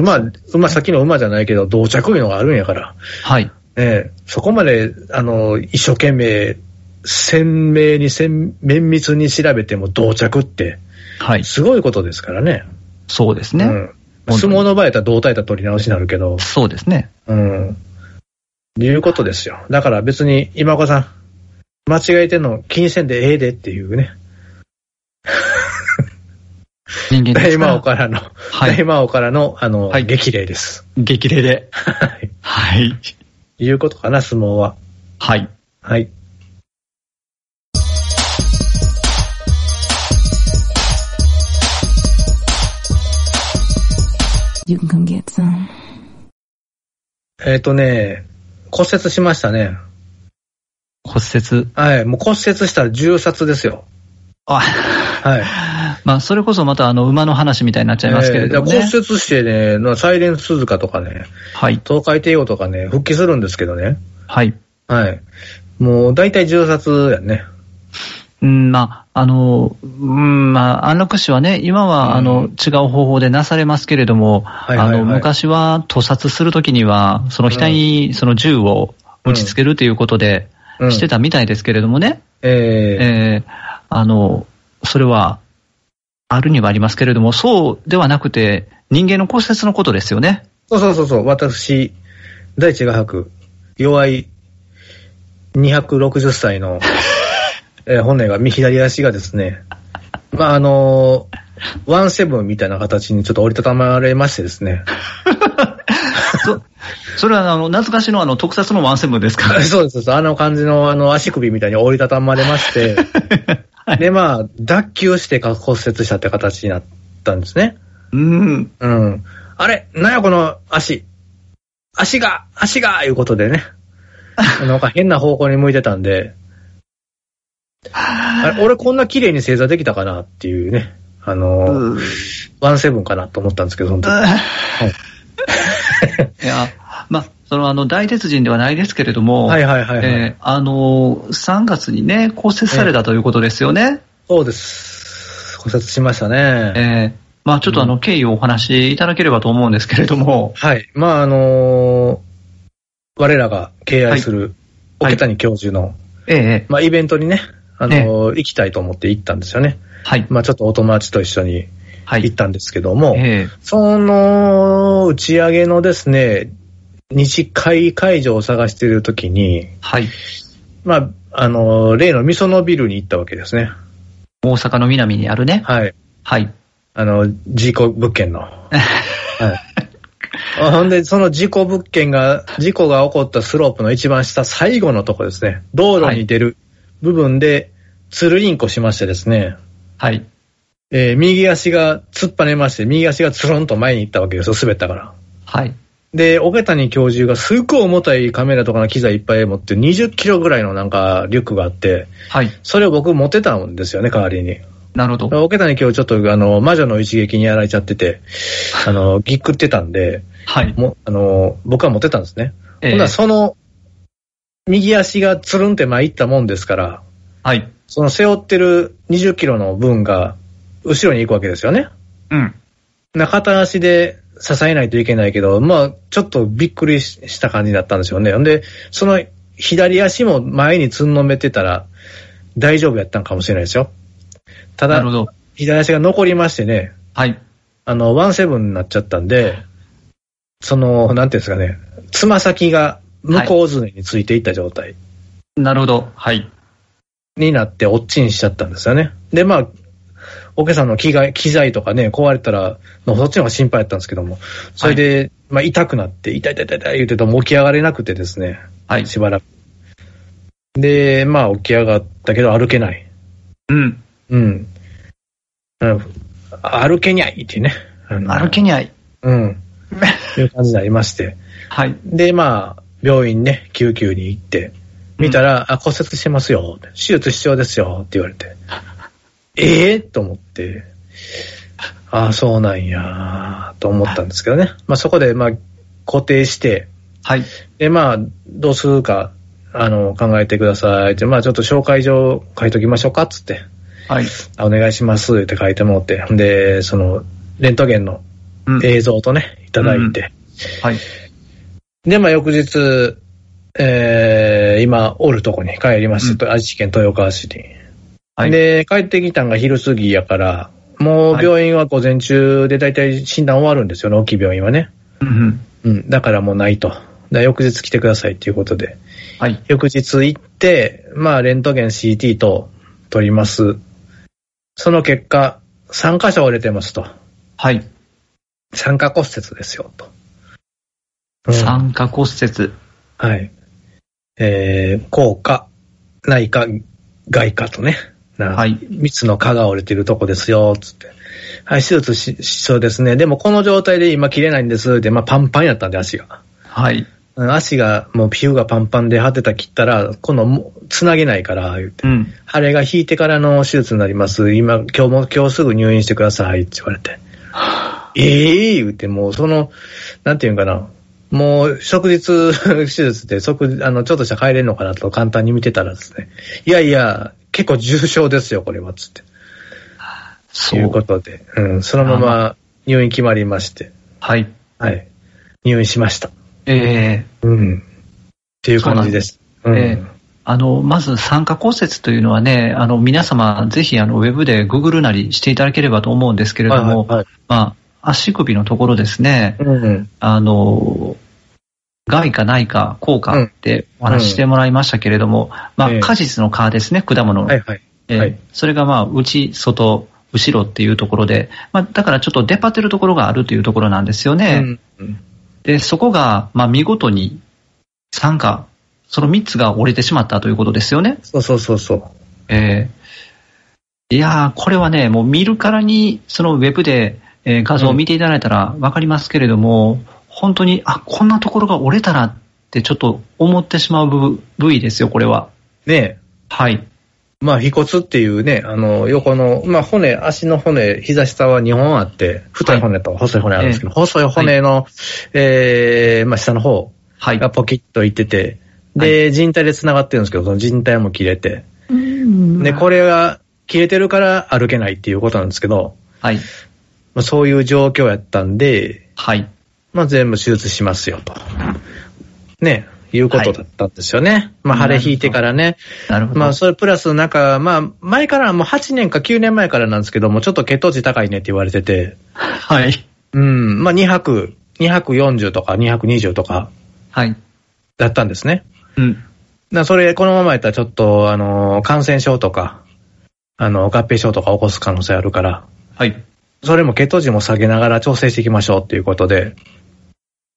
Speaker 1: 馬、馬、さっきの馬じゃないけど、同着いうのがあるんやから。
Speaker 2: はい。
Speaker 1: ねえ、そこまで、あの、一生懸命、鮮明に、鮮綿密に調べても同着って、
Speaker 2: はい。
Speaker 1: すごいことですからね。
Speaker 2: そうですね。
Speaker 1: うん。
Speaker 2: 本当
Speaker 1: 相
Speaker 2: に
Speaker 1: 撲の場合やったら同体やったら取り直しになるけど、
Speaker 2: そうですね。
Speaker 1: うん。いうことですよ。だから別に、今岡さん、間違えてんの気にせんでええでっていうね。
Speaker 2: 人間で
Speaker 1: 大
Speaker 2: すか
Speaker 1: 魔王
Speaker 2: ら。
Speaker 1: からの、
Speaker 2: はい
Speaker 1: 大魔王からの、あの、
Speaker 2: はい
Speaker 1: 激励です。
Speaker 2: 激励で。
Speaker 1: はい。
Speaker 2: はい。
Speaker 1: いうことかな、相撲は。
Speaker 2: はい。
Speaker 1: はい。
Speaker 3: You can come get some.
Speaker 1: えっ、とね、骨折しましたね。
Speaker 2: 骨折。
Speaker 1: はい。もう骨折したら重殺ですよ。
Speaker 2: あ、 (laughs)
Speaker 1: はい。
Speaker 2: まあ、それこそまたあの、馬の話みたいになっちゃいますけれども、
Speaker 1: え
Speaker 2: ね
Speaker 1: ーだから骨折してね、なサイレンスズカとかね、
Speaker 2: はい。
Speaker 1: 東海帝王とかね、復帰するんですけどね。
Speaker 2: はい。
Speaker 1: はい。もう、大体重殺やね。
Speaker 2: うん、まあ、あの、うん、まあ、安楽死はね、今は、あの、違う方法でなされますけれども、
Speaker 1: いはいはい
Speaker 2: あの、昔は屠殺するときには、その額にその銃を打ち付けるということで、
Speaker 1: うん
Speaker 2: してたみたいですけれどもね、
Speaker 1: えー
Speaker 2: えーあの、それは、あるにはありますけれども、そうではなくて、人間の骨折のことですよね。
Speaker 1: そうそうそうそう、私、大地画伯、弱い260歳
Speaker 2: (laughs)
Speaker 1: の、えー骨が、左足がですね、まあ、あのーワンセブンみたいな形にちょっと折りたたまれましてですね。
Speaker 2: そそれは、あの、懐かしのあの、特撮のワンセブンですか
Speaker 1: (laughs)
Speaker 2: ら。
Speaker 1: そうですそうです。あの感じの、あの、足首みたいに折りたたまれま
Speaker 2: (laughs)
Speaker 1: して、で、まあ、脱臼して骨折したって形になったんですね。
Speaker 2: うん。
Speaker 1: うん。あれなんやこの足足が足がいうことでね。なんか変な方向に向いてたんで。あれ
Speaker 2: (laughs)
Speaker 1: 俺こんな綺麗に正座できたかなっていうね。あの、
Speaker 2: うん
Speaker 1: ワンセブンかなと思ったんですけど、その時
Speaker 2: (laughs) いや、まあ、その、あの、大鉄人ではないですけれども、
Speaker 1: はいはいはいはい。
Speaker 2: えーあのー、3月にね、骨折されたということですよね。
Speaker 1: そうです。骨折しました
Speaker 2: え
Speaker 1: ね。
Speaker 2: ーまあ、ちょっとあの、経緯をお話しいただければと思うんですけれども、
Speaker 1: はい。まああの我らが敬愛する
Speaker 2: はい
Speaker 1: 桶谷教授の、
Speaker 2: ええ
Speaker 1: まあイベントにね、あの行きたいと思って行ったんですよね。
Speaker 2: はい、
Speaker 1: まあちょっとお友達と一緒に
Speaker 2: は
Speaker 1: 行っ
Speaker 2: い、
Speaker 1: たんですけども、
Speaker 2: え
Speaker 1: その打ち上げのですね、日会会場を探しているときに、
Speaker 2: ーはい、
Speaker 1: まあ、あの、例の味噌のビルに行ったわけですね。
Speaker 2: 大阪の南にあるね、
Speaker 1: はい。
Speaker 2: はい、
Speaker 1: あの、事故物件の。はい。ほんで、その事故物件が、事故が起こったスロープの一番下、最後のとこですね。道路に出る部分で、つるりんこしましてですね、
Speaker 2: はい、
Speaker 1: えー右足が突っ張ねまして、右足がつるんと前に行ったわけですよ、滑ったから。
Speaker 2: はい、
Speaker 1: で、桶谷教授がすっごい重たいカメラとかの機材いっぱい持って、20キロぐらいのなんかリュックがあって、
Speaker 2: はい、
Speaker 1: それを僕持ってたんですよね、代わりに。
Speaker 2: なるほど。
Speaker 1: 桶谷教授ちょっとあの、魔女の一撃にやられちゃって
Speaker 2: (laughs)
Speaker 1: て、あの、ぎっくってたんで、
Speaker 2: はい、
Speaker 1: もあの、僕は持ってたんですね。
Speaker 2: え
Speaker 1: ほんなら
Speaker 2: ー
Speaker 1: その、右足がつるんって前行ったもんですから、
Speaker 2: はい、
Speaker 1: その背負ってる20キロの分が、後ろに行くわけですよね。
Speaker 2: うん、
Speaker 1: な片足で支えないといけないけど、まあ、ちょっとびっくりしした感じだったんですよね。ほんで、その左足も前につんのめてたら大丈夫やったんかもしれないですよ。た
Speaker 2: な
Speaker 1: だ
Speaker 2: るほ、ど。
Speaker 1: 左足が残りましてね、
Speaker 2: はい、
Speaker 1: あの、ワンセブンになっちゃったんで、その、なんていうんですかね、つま先が向こうずねについていった状態
Speaker 2: なるほど。はい、
Speaker 1: になっておっちんしちゃったんですよね。で、まあ、おけさんの機材機材とかね、壊れたら、のそっちの方が心配だったんですけども、それで、まあ痛くなって、痛い痛い痛い痛い言ってたらもう起き上がれなくてですね、
Speaker 2: はい、
Speaker 1: しばらく。で、まあ起き上がったけど歩けない。
Speaker 2: うん、
Speaker 1: うん。うん歩けにゃいっていうね。あの
Speaker 2: 歩けにゃい。 (laughs)
Speaker 1: うん。いう感じになりまして。
Speaker 2: はい、
Speaker 1: で、まあ、病院ね、救急に行って、見たら、あ、骨折してますよ。手術必要ですよ。って言われ
Speaker 2: (laughs)
Speaker 1: て。ええと思って、ああ、そうなんや、と思ったんですけどね。まあそこで、まあ、固定して、
Speaker 2: はい、
Speaker 1: で、まあ、どうするか、あの、考えてくださいって、まあちょっと紹介状書いときましょうか、つって。
Speaker 2: はい、
Speaker 1: あお願いします、って書いてもらって。で、その、レントゲンの
Speaker 2: うん、
Speaker 1: 映像とね、いただいて。
Speaker 2: はい、
Speaker 1: で、まあ、翌日、えー、今、おるとこに帰りまして、愛知県豊川市に。
Speaker 2: はい、
Speaker 1: で、帰ってきたんが昼過ぎやから、もう
Speaker 2: はい
Speaker 1: 病院は午前中で大体診断終わるんですよね、大きい病院はね。
Speaker 2: うんうん、
Speaker 1: うん、だからもうないと。だから翌日来てくださいっていうことで。
Speaker 2: はい、
Speaker 1: 翌日行って、まあ、レントゲン CT と取ります。その結果、 3箇所折れてますと。
Speaker 2: はい。
Speaker 1: 酸化骨折ですよ、と。うん
Speaker 2: 酸化骨折。
Speaker 1: はい。えー、効果、内科、外科とね。な
Speaker 2: はい。
Speaker 1: 密の蚊が折れてるとこですよ、つって。はい、手術し、しそうですね。でもこの状態で今切れないんです。で、まあパンパンやったんで、足が。
Speaker 2: はい。
Speaker 1: うん足が、もう皮膚がパンパンで果てた切ったら、今度もう、つなげないから、言って
Speaker 2: う。ん。
Speaker 1: 腫れが引いてからの手術になります。今、今日も、今日すぐ入院してください、って言われて。ええ言って、もうその、なんていうんかな。もう、即日手術で即、あの、ちょっとしたら帰れんのかなと簡単に見てたらですね。いやいや、結構重症ですよ、これは、つって。
Speaker 2: そ
Speaker 1: というこ
Speaker 2: う。
Speaker 1: とで、うん、そのまま入院決まりまして、
Speaker 2: はい。
Speaker 1: はい。入院しました。
Speaker 2: えー、
Speaker 1: うん。っていう感じです。う
Speaker 2: なんです
Speaker 1: ん。
Speaker 2: あの、まず酸化骨折というのはね、あの、皆様、ぜひ、あの、ウェブで Google なりしていただければと思うんですけれども、
Speaker 1: はいはい
Speaker 2: まあ、足首のところですね、
Speaker 1: はい。うん。
Speaker 2: あの、害かないか、効果ってお話ししてもらいましたけれども、ま
Speaker 1: え
Speaker 2: あ、
Speaker 1: え
Speaker 2: 果実の皮ですね、果物の。
Speaker 1: はいはい。
Speaker 2: えー
Speaker 1: はい
Speaker 2: それがまあ、内、外、後ろっていうところで、まあ、だからちょっと出っ張ってるところがあるというところなんですよね。
Speaker 1: うん
Speaker 2: で、そこが、まあ、見事に酸化、その3つが折れてしまったということですよね。
Speaker 1: そうそうそうそう。
Speaker 2: えーいやー、これはね、もう見るからに、そのウェブで、えー画像を見ていただいたらわかりますけれども、本当に、あ、こんなところが折れたなってちょっと思ってしまう部部位ですよ、これは。
Speaker 1: ねえ。
Speaker 2: はい。
Speaker 1: まあ、腓骨っていうね、あの、横の、まあ、骨、足の骨、膝下は2本あって、太い骨と細い骨あるんですけど、細い骨の、えー、まあ、下の方
Speaker 2: はい。
Speaker 1: がポキッといってて、で、靭帯で繋がってるんですけど、その靭帯も切れて、で、これが切れてるから歩けないっていうことなんですけど、
Speaker 2: はい。
Speaker 1: まあ、そういう状況やったんで、
Speaker 2: はい。
Speaker 1: まあ、全部手術しますよと。ね、いうことだったんですよね。まあ、腫れ引いてからね。
Speaker 2: なるほど。
Speaker 1: まあ、それプラス、なんか、まあ、前から、もう8年か9年前からなんですけども、ちょっと血糖値高いねって言われてて、
Speaker 2: はい。
Speaker 1: うん、まあ、200、240とか220とか
Speaker 2: はい。
Speaker 1: だったんですね。
Speaker 2: うん。
Speaker 1: だからそれ、このままやったらちょっと、あの、感染症とか、あの、合併症とか起こす可能性あるから、
Speaker 2: はい。
Speaker 1: それも血糖値も下げながら調整していきましょうっていうことで、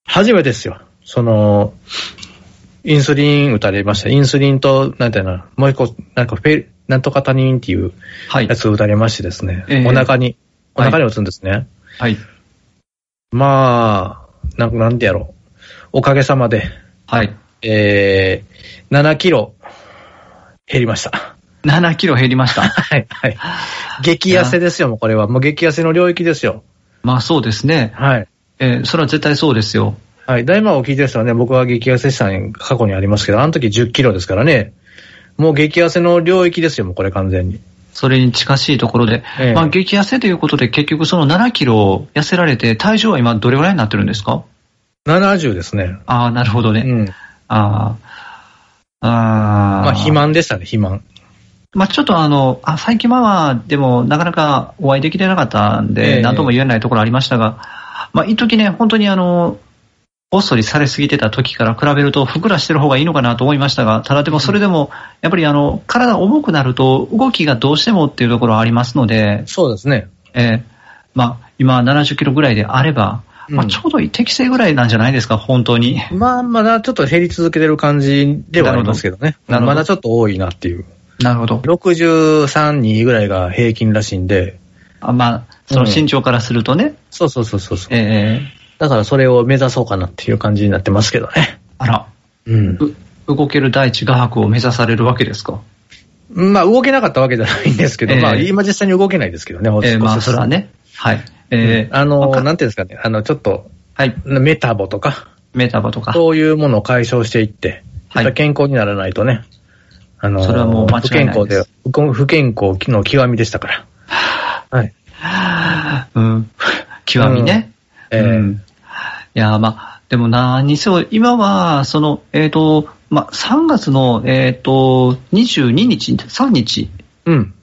Speaker 1: 初めてですよ。その、インスリン打たれました。インスリンと、なんていうの、もう一個、なんかフェ、なんとか他人っていう
Speaker 2: はい
Speaker 1: や。つ打たれましてですね、
Speaker 2: ええ
Speaker 1: お腹に、お腹に打つんですね。
Speaker 2: はい。
Speaker 1: まあ、なんかなんてやろう。おかげさまで、
Speaker 2: はい。
Speaker 1: えー、7キロ減りました。
Speaker 2: 7キロ減り
Speaker 1: (laughs)
Speaker 2: ました。
Speaker 1: はい、はい。激痩せですよ、もうこれは。もう激痩せの領域ですよ。
Speaker 2: まあそうですね。
Speaker 1: はい。
Speaker 2: えーそれは絶対そうですよ。
Speaker 1: はい。大魔王を聞いてる人はね、僕は激痩せしたん過去にありますけど、あの時10キロですからね。もう激痩せの領域ですよ、もうこれ完全に。
Speaker 2: それに近しいところで。
Speaker 1: ええ
Speaker 2: まあ激痩せということで結局その7キロ痩せられて体重は今どれぐらいになってるんですか
Speaker 1: 70ですね。
Speaker 2: ああ、なるほど
Speaker 1: う
Speaker 2: ね。
Speaker 1: ん。
Speaker 2: ああ。ああ。
Speaker 1: まあ、肥。満でしたね、肥満。
Speaker 2: まあちょっとあの、あ最近はでもなかなかお会いできてなかったん
Speaker 1: え
Speaker 2: で、
Speaker 1: え
Speaker 2: 何とも言えないところありましたが、まあ一時ね、本当にあの、おっそりされすぎてた時から比べると、ふっくらしてる方がいいのかなと思いましたが、ただでもそれでも、やっぱりあの、体重くなると、動きがどうしてもっていうところはありますので、
Speaker 1: そうですね。
Speaker 2: えーまあ、今70キロぐらいであれば、まあ、
Speaker 1: うん
Speaker 2: ちょうど適正ぐらいなんじゃないですか、本当に。
Speaker 1: まあ、まだちょっと減り続けてる感じではありますけどね。
Speaker 2: なるほど
Speaker 1: まだちょっと多いなっていう。
Speaker 2: なるほど。
Speaker 1: 63人ぐらいが平均らしいんで。
Speaker 2: あまあ、その身長からするとね、
Speaker 1: そうそうそうそうそう。
Speaker 2: え
Speaker 1: だからそれを目指そうかなっていう感じになってますけどね。
Speaker 2: ーあら、
Speaker 1: うん。
Speaker 2: う動ける第一画伯を目指されるわけですか。
Speaker 1: まあ動けなかったわけじゃないんですけど、
Speaker 2: ええ
Speaker 1: まあ今実際に動けないですけどね、
Speaker 2: えーまあ、
Speaker 1: お
Speaker 2: それは。ね。はい。えー
Speaker 1: あ
Speaker 2: わ
Speaker 1: の、
Speaker 2: か
Speaker 1: なんていうんですかね、あの、ちょっと、
Speaker 2: はい。
Speaker 1: メタボとか、
Speaker 2: メタバとか。
Speaker 1: そういうものを解消していって、
Speaker 2: はい
Speaker 1: やっぱ健康にならないとね、あの、
Speaker 2: それはもう間
Speaker 1: 不
Speaker 2: 違い
Speaker 1: 健
Speaker 2: ない
Speaker 1: 康
Speaker 2: で
Speaker 1: で、不不健康の極みでしたから。はい。
Speaker 2: (laughs) うん。極みね。
Speaker 1: ええ
Speaker 2: うん。いや、まあ、でも何にせよ、今は、その、えっ、と、まあ、3月の、えっ、と、22日、3日
Speaker 1: うん。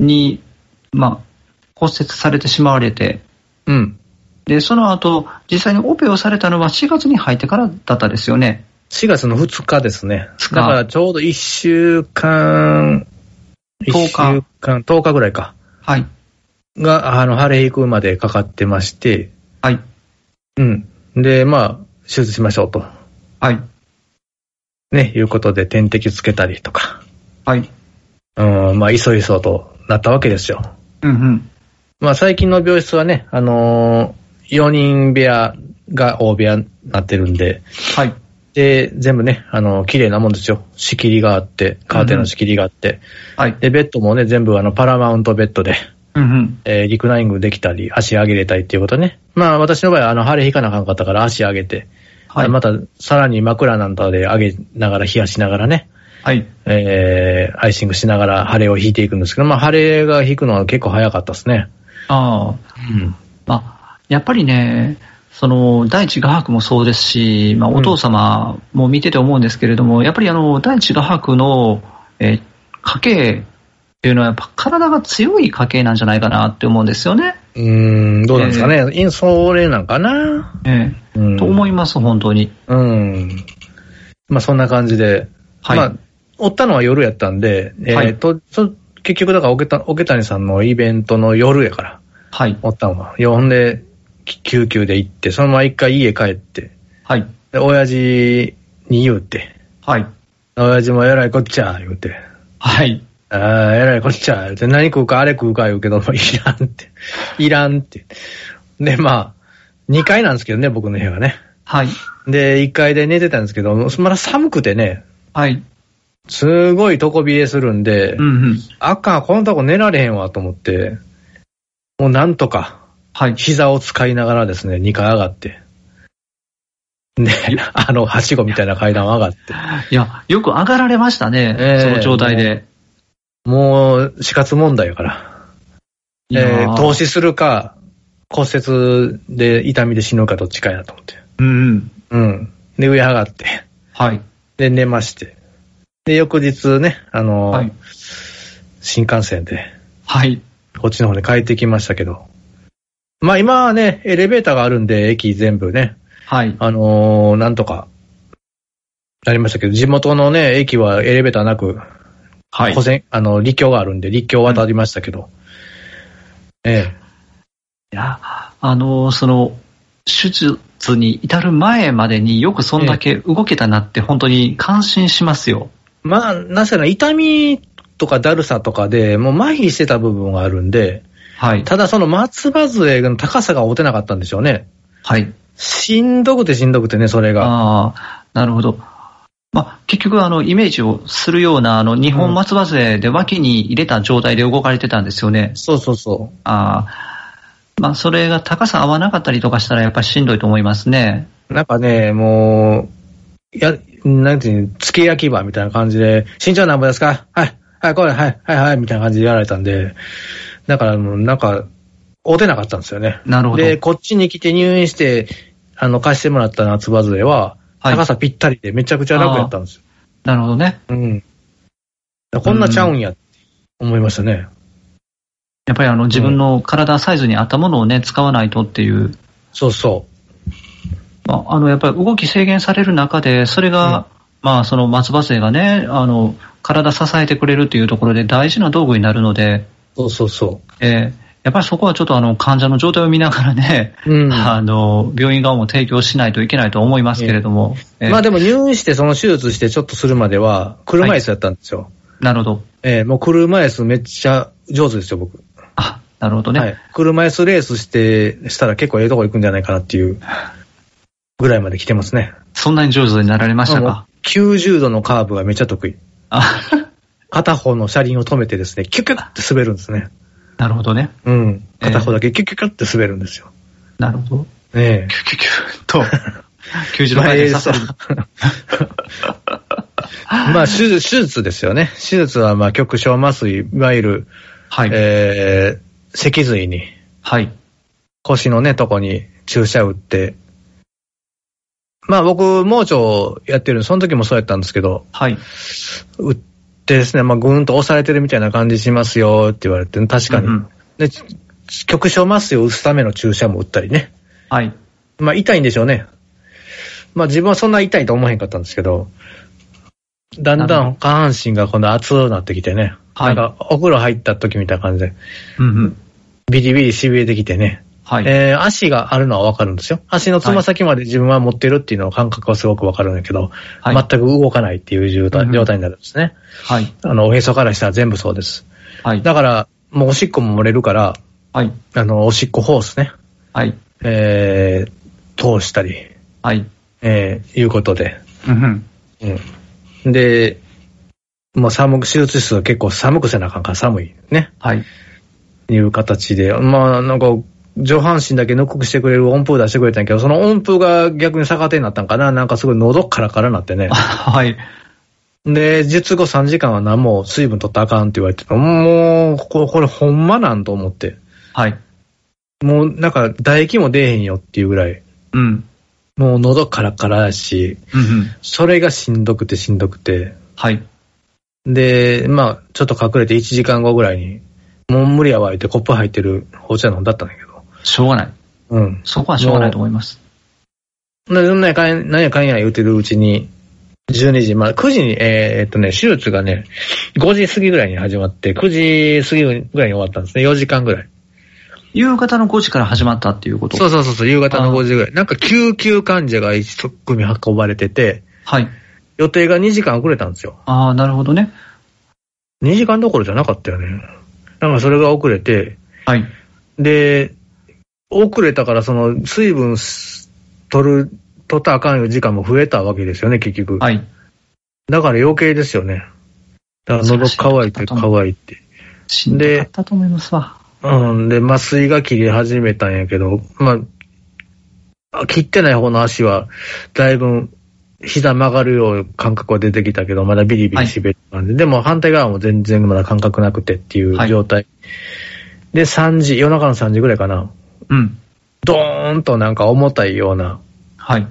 Speaker 2: に、まあ、骨折されてしまわれて、
Speaker 1: うん。
Speaker 2: で、その後、実際にオペをされたのは4月に入ってからだったですよね。
Speaker 1: 4月の2日ですね。
Speaker 2: 日
Speaker 1: だからちょうど1週間、
Speaker 2: 10日
Speaker 1: 1週間、10日ぐらいか。
Speaker 2: はい。
Speaker 1: が、あの、晴れ引くまでかかってまして、
Speaker 2: はい。
Speaker 1: うん。で、まあ、手術しましょうと。
Speaker 2: はい。
Speaker 1: ね、いうことで点滴つけたりとか。
Speaker 2: はい。
Speaker 1: うん、まあ、いそいそとなったわけですよ。
Speaker 2: うんうん。
Speaker 1: まあ、最近の病室はね、あのー、4人部屋が大部屋になってるんで、
Speaker 2: はい。
Speaker 1: で、全部ね、あのー、綺麗なもんですよ。仕切りがあって、カーテンの仕切りがあって、
Speaker 2: はい。
Speaker 1: で、ベッドもね、全部あの、パラマウントベッドで、
Speaker 2: うんうん。
Speaker 1: えーリクライニングできたり、足上げれたりっていうことね。まあ、私の場合は、あの、晴れ引かなあかんかったから足上げて、
Speaker 2: はい。
Speaker 1: また、さらに枕なんかで上げながら、冷やしながらね、
Speaker 2: はい。
Speaker 1: えーアイシングしながら晴れを引いていくんですけど、まあ、晴れが引くのは結構早かったですね。
Speaker 2: ああ。
Speaker 1: うん。
Speaker 2: まあ、やっぱりね、その、第一画伯もそうですし、まあ、
Speaker 1: うん
Speaker 2: お父様も見てて思うんですけれども、やっぱりあの、第一画伯の、えー家系っていうのは、やっぱ体が強い家系なんじゃないかなって思うんですよね。
Speaker 1: うーん、どうなんですかね。インソーレなんかな。
Speaker 2: え
Speaker 1: うん
Speaker 2: えと思います、本当に。
Speaker 1: うん。まあ、そんな感じで。
Speaker 2: はい。
Speaker 1: まあ、追ったのは夜やったんで、え
Speaker 2: は
Speaker 1: ー
Speaker 2: い
Speaker 1: と、そ結局だから桶谷、桶谷さんのイベントの夜やから、
Speaker 2: はい。
Speaker 1: 追ったのは。よほんで、き救急で行って、そのまま一回家帰って、
Speaker 2: はい。
Speaker 1: で、親父に言うて、
Speaker 2: はい。
Speaker 1: 親父もえらいこっちゃ、言うて。
Speaker 2: はい。
Speaker 1: ああ、えらいこっちゃ、言うて、何食うか、あれ食うか言うけども、いらんって。 (laughs) いらんって。で、まあ、2階なんですけどね、僕の部屋がね。
Speaker 2: はい。
Speaker 1: で、1階で寝てたんですけど、まだ寒くてね、
Speaker 2: はい。
Speaker 1: すごい床冷えするんで
Speaker 2: う、んうん。
Speaker 1: あかん、このとこ寝られへんわと思って、もうなんとか、
Speaker 2: はい。
Speaker 1: 膝を使いながらですね、2階上がって。ね、 (laughs) あの、はしごみたいな階段を上がって。
Speaker 2: いや、よく上がられましたね、
Speaker 1: ええ
Speaker 2: その状態で。
Speaker 1: もう、死活問題やから。
Speaker 2: いや
Speaker 1: えー投資するか、骨折で痛みで死ぬかどっちかやと思って。
Speaker 2: うんうん。
Speaker 1: うん。で、上上がって。
Speaker 2: はい。
Speaker 1: で、寝まして。で、翌日ね、あの、
Speaker 2: はい。
Speaker 1: 新幹線で、
Speaker 2: はい。
Speaker 1: こっちの方に帰ってきましたけど。まあ今はね、エレベーターがあるんで、駅全部ね、
Speaker 2: はい。
Speaker 1: あのーなんとか、なりましたけど、地元のね、駅はエレベーターなく、
Speaker 2: は
Speaker 1: 保線、あの、立教があるんで、立教渡りましたけど。え
Speaker 2: いや、あの、その、手術に至る前までによくそんだけ動けたなって本当に感心しますよ。
Speaker 1: え。まあ、なぜなら痛みとかだるさとかで、もう麻痺してた部分があるんで、
Speaker 2: はい。
Speaker 1: ただその松葉杖の高さが合うてなかったんでしょうね。
Speaker 2: はい。
Speaker 1: しんどくてしんどくてね、それが。
Speaker 2: ああ、なるほど。まあ、結局あの、イメージをするような、あの、日本松葉勢で脇に入れた状態で動かれてたんですよね。
Speaker 1: そうそうそ
Speaker 2: ああ。まあ、それが高さ合わなかったりとかしたらやっぱりしんどいと思いますね。
Speaker 1: う。なんかね、もう、いや、なんていうの、付け焼き場みたいな感じで、身長なんぼですかはい、はい、これ、はい、はい、はい、みたいな感じでやられたんで、だからもうなんか、合うてなかったんですよね。
Speaker 2: なるほど。
Speaker 1: で、こっちに来て入院して、あの、貸してもらった夏場杖は、
Speaker 2: はい
Speaker 1: 高さぴったりでめちゃくちゃ楽やったんですよ。
Speaker 2: なるほどね。
Speaker 1: うん。だからこんなちゃうんや、思いましたね。
Speaker 2: やっぱりあの、自分の体サイズに合ったものをね、使わないとっていう。
Speaker 1: そうそ
Speaker 2: まあ、あの、やっぱり動き制限される中で、それが、
Speaker 1: うん
Speaker 2: まあ、その松葉杖がね、あの、体支えてくれるというところで大事な道具になるので、
Speaker 1: う。そうそうそ
Speaker 2: えーやっぱりそこはちょっとあの、患者の状態を見ながらね、
Speaker 1: う。うん。
Speaker 2: (laughs) あの、病院側も提供しないといけないと思いますけれども、えー
Speaker 1: まあでも入院してその手術してちょっとするまでは、車椅子やったんですよ。
Speaker 2: なるほど。
Speaker 1: えーもう車椅子めっちゃ上手ですよ、僕。
Speaker 2: あ、なるほどね。
Speaker 1: はい。車椅子レースして、したら結構ええとこ行くんじゃないかなっていうぐらいまで来てますね。
Speaker 2: そんなに上手になられました
Speaker 1: も
Speaker 2: か
Speaker 1: う90度のカーブがめっちゃ得意。
Speaker 2: あ、 (laughs)
Speaker 1: 片方の車輪を止めてですね、キュキュッて滑るんですね。
Speaker 2: なるほどね。
Speaker 1: うん。
Speaker 2: ええ
Speaker 1: 片方だけキュキュキュって滑るんですよ。
Speaker 2: なるほど。
Speaker 1: ええ
Speaker 2: キュキュキュと、90度回転させる。
Speaker 1: (laughs) まあ、手術、手術ですよね。手術は、まあ、局所麻酔、いわゆる、
Speaker 2: はい。
Speaker 1: えー、脊髄に、
Speaker 2: はい。
Speaker 1: 腰のね、とこに注射打って、まあ僕、盲腸やってるんでその時もそうやったんですけど、
Speaker 2: はい。
Speaker 1: 打ってですね、まあぐーんと押されてるみたいな感じしますよって言われて、確かに。
Speaker 2: うんうん
Speaker 1: で、局所麻酔を打つための注射も打ったりね。
Speaker 2: はい。
Speaker 1: まあ痛いんでしょうね。まあ自分はそんな痛いと思わへんかったんですけど、だんだん下半身がこの熱くなってきてね。
Speaker 2: はい
Speaker 1: なんかお風呂入った時みたいな感じで、
Speaker 2: うんうん。
Speaker 1: ビリビリ痺れてきてね、
Speaker 2: はい。
Speaker 1: えー足があるのはわかるんですよ。足のつま先まで自分は持ってるっていうの感覚はすごくわかるんだけど、
Speaker 2: はい
Speaker 1: 全く動かないっていう状態,、
Speaker 2: うん
Speaker 1: 状態になるんですね。
Speaker 2: はい。
Speaker 1: あの、おへそからしたら全部そうです。
Speaker 2: はい。
Speaker 1: だから、もうおしっこも漏れるから、
Speaker 2: はい。
Speaker 1: あの、おしっこホースね、
Speaker 2: はい。
Speaker 1: えー、通したり、
Speaker 2: はい。
Speaker 1: えー、いうことで。
Speaker 2: うんうん。
Speaker 1: うん。で、もう寒く、手術室は結構寒くせなあかんから寒いね。
Speaker 2: はい。。
Speaker 1: いう形で、まあなんか、上半身だけぬっくくしてくれる音符出してくれたんやけど、その音符が逆に逆手になったんかななんかすごい喉からからなってね
Speaker 2: はい。
Speaker 1: で、術後3時間は何も水分取ったらあかんって言われて、もう、これ、これほんまなんと思って。
Speaker 2: はい。
Speaker 1: もうなんか唾液も出えへんよっていうぐらい。
Speaker 2: うん。うん
Speaker 1: もう喉からからだし、
Speaker 2: うん。
Speaker 1: それがしんどくてしんどくて。
Speaker 2: はい。
Speaker 1: で、まあ、ちょっと隠れて1時間後ぐらいに、もう無理やわ、言ってコップ入ってる紅茶飲んだったんだけど。
Speaker 2: しょうがない。
Speaker 1: うん。
Speaker 2: そこはしょうがないと思います。
Speaker 1: ななんやかんなんやかんや言うてるうちに、12時、まあ、9時に、えーえっとね、手術がね、5時過ぎぐらいに始まって、9時過ぎぐらいに終わったんですね。4時間ぐらい。
Speaker 2: 夕方の5時から始まったっていうこと。
Speaker 1: そうそうそうそう、夕方の
Speaker 2: あー
Speaker 1: 5時ぐらい。なんか救急患者が一組運ばれてて、
Speaker 2: はい。
Speaker 1: 予定が2時間遅れたんですよ。
Speaker 2: ああ、なるほどね。
Speaker 1: 2時間どころじゃなかったよね。なんかそれが遅れて、
Speaker 2: はい。
Speaker 1: で、遅れたからその水分す取る、取ったらあかんよ時間も増えたわけですよね、結局。
Speaker 2: はい。
Speaker 1: だから余計ですよね。だから喉乾いて乾いて。
Speaker 2: しんどかったと思いますわ。
Speaker 1: うん。で、麻酔が切り始めたんやけど、まあ、あ切ってない方の足は、だいぶ、膝曲がるよう感覚は出てきたけど、まだビリビリしべったんで、でも反対側も全然まだ感覚なくてっていう状態。で、3時、夜中の3時ぐらいかな。
Speaker 2: うん。
Speaker 1: ドーンとなんか重たいような、
Speaker 2: はい。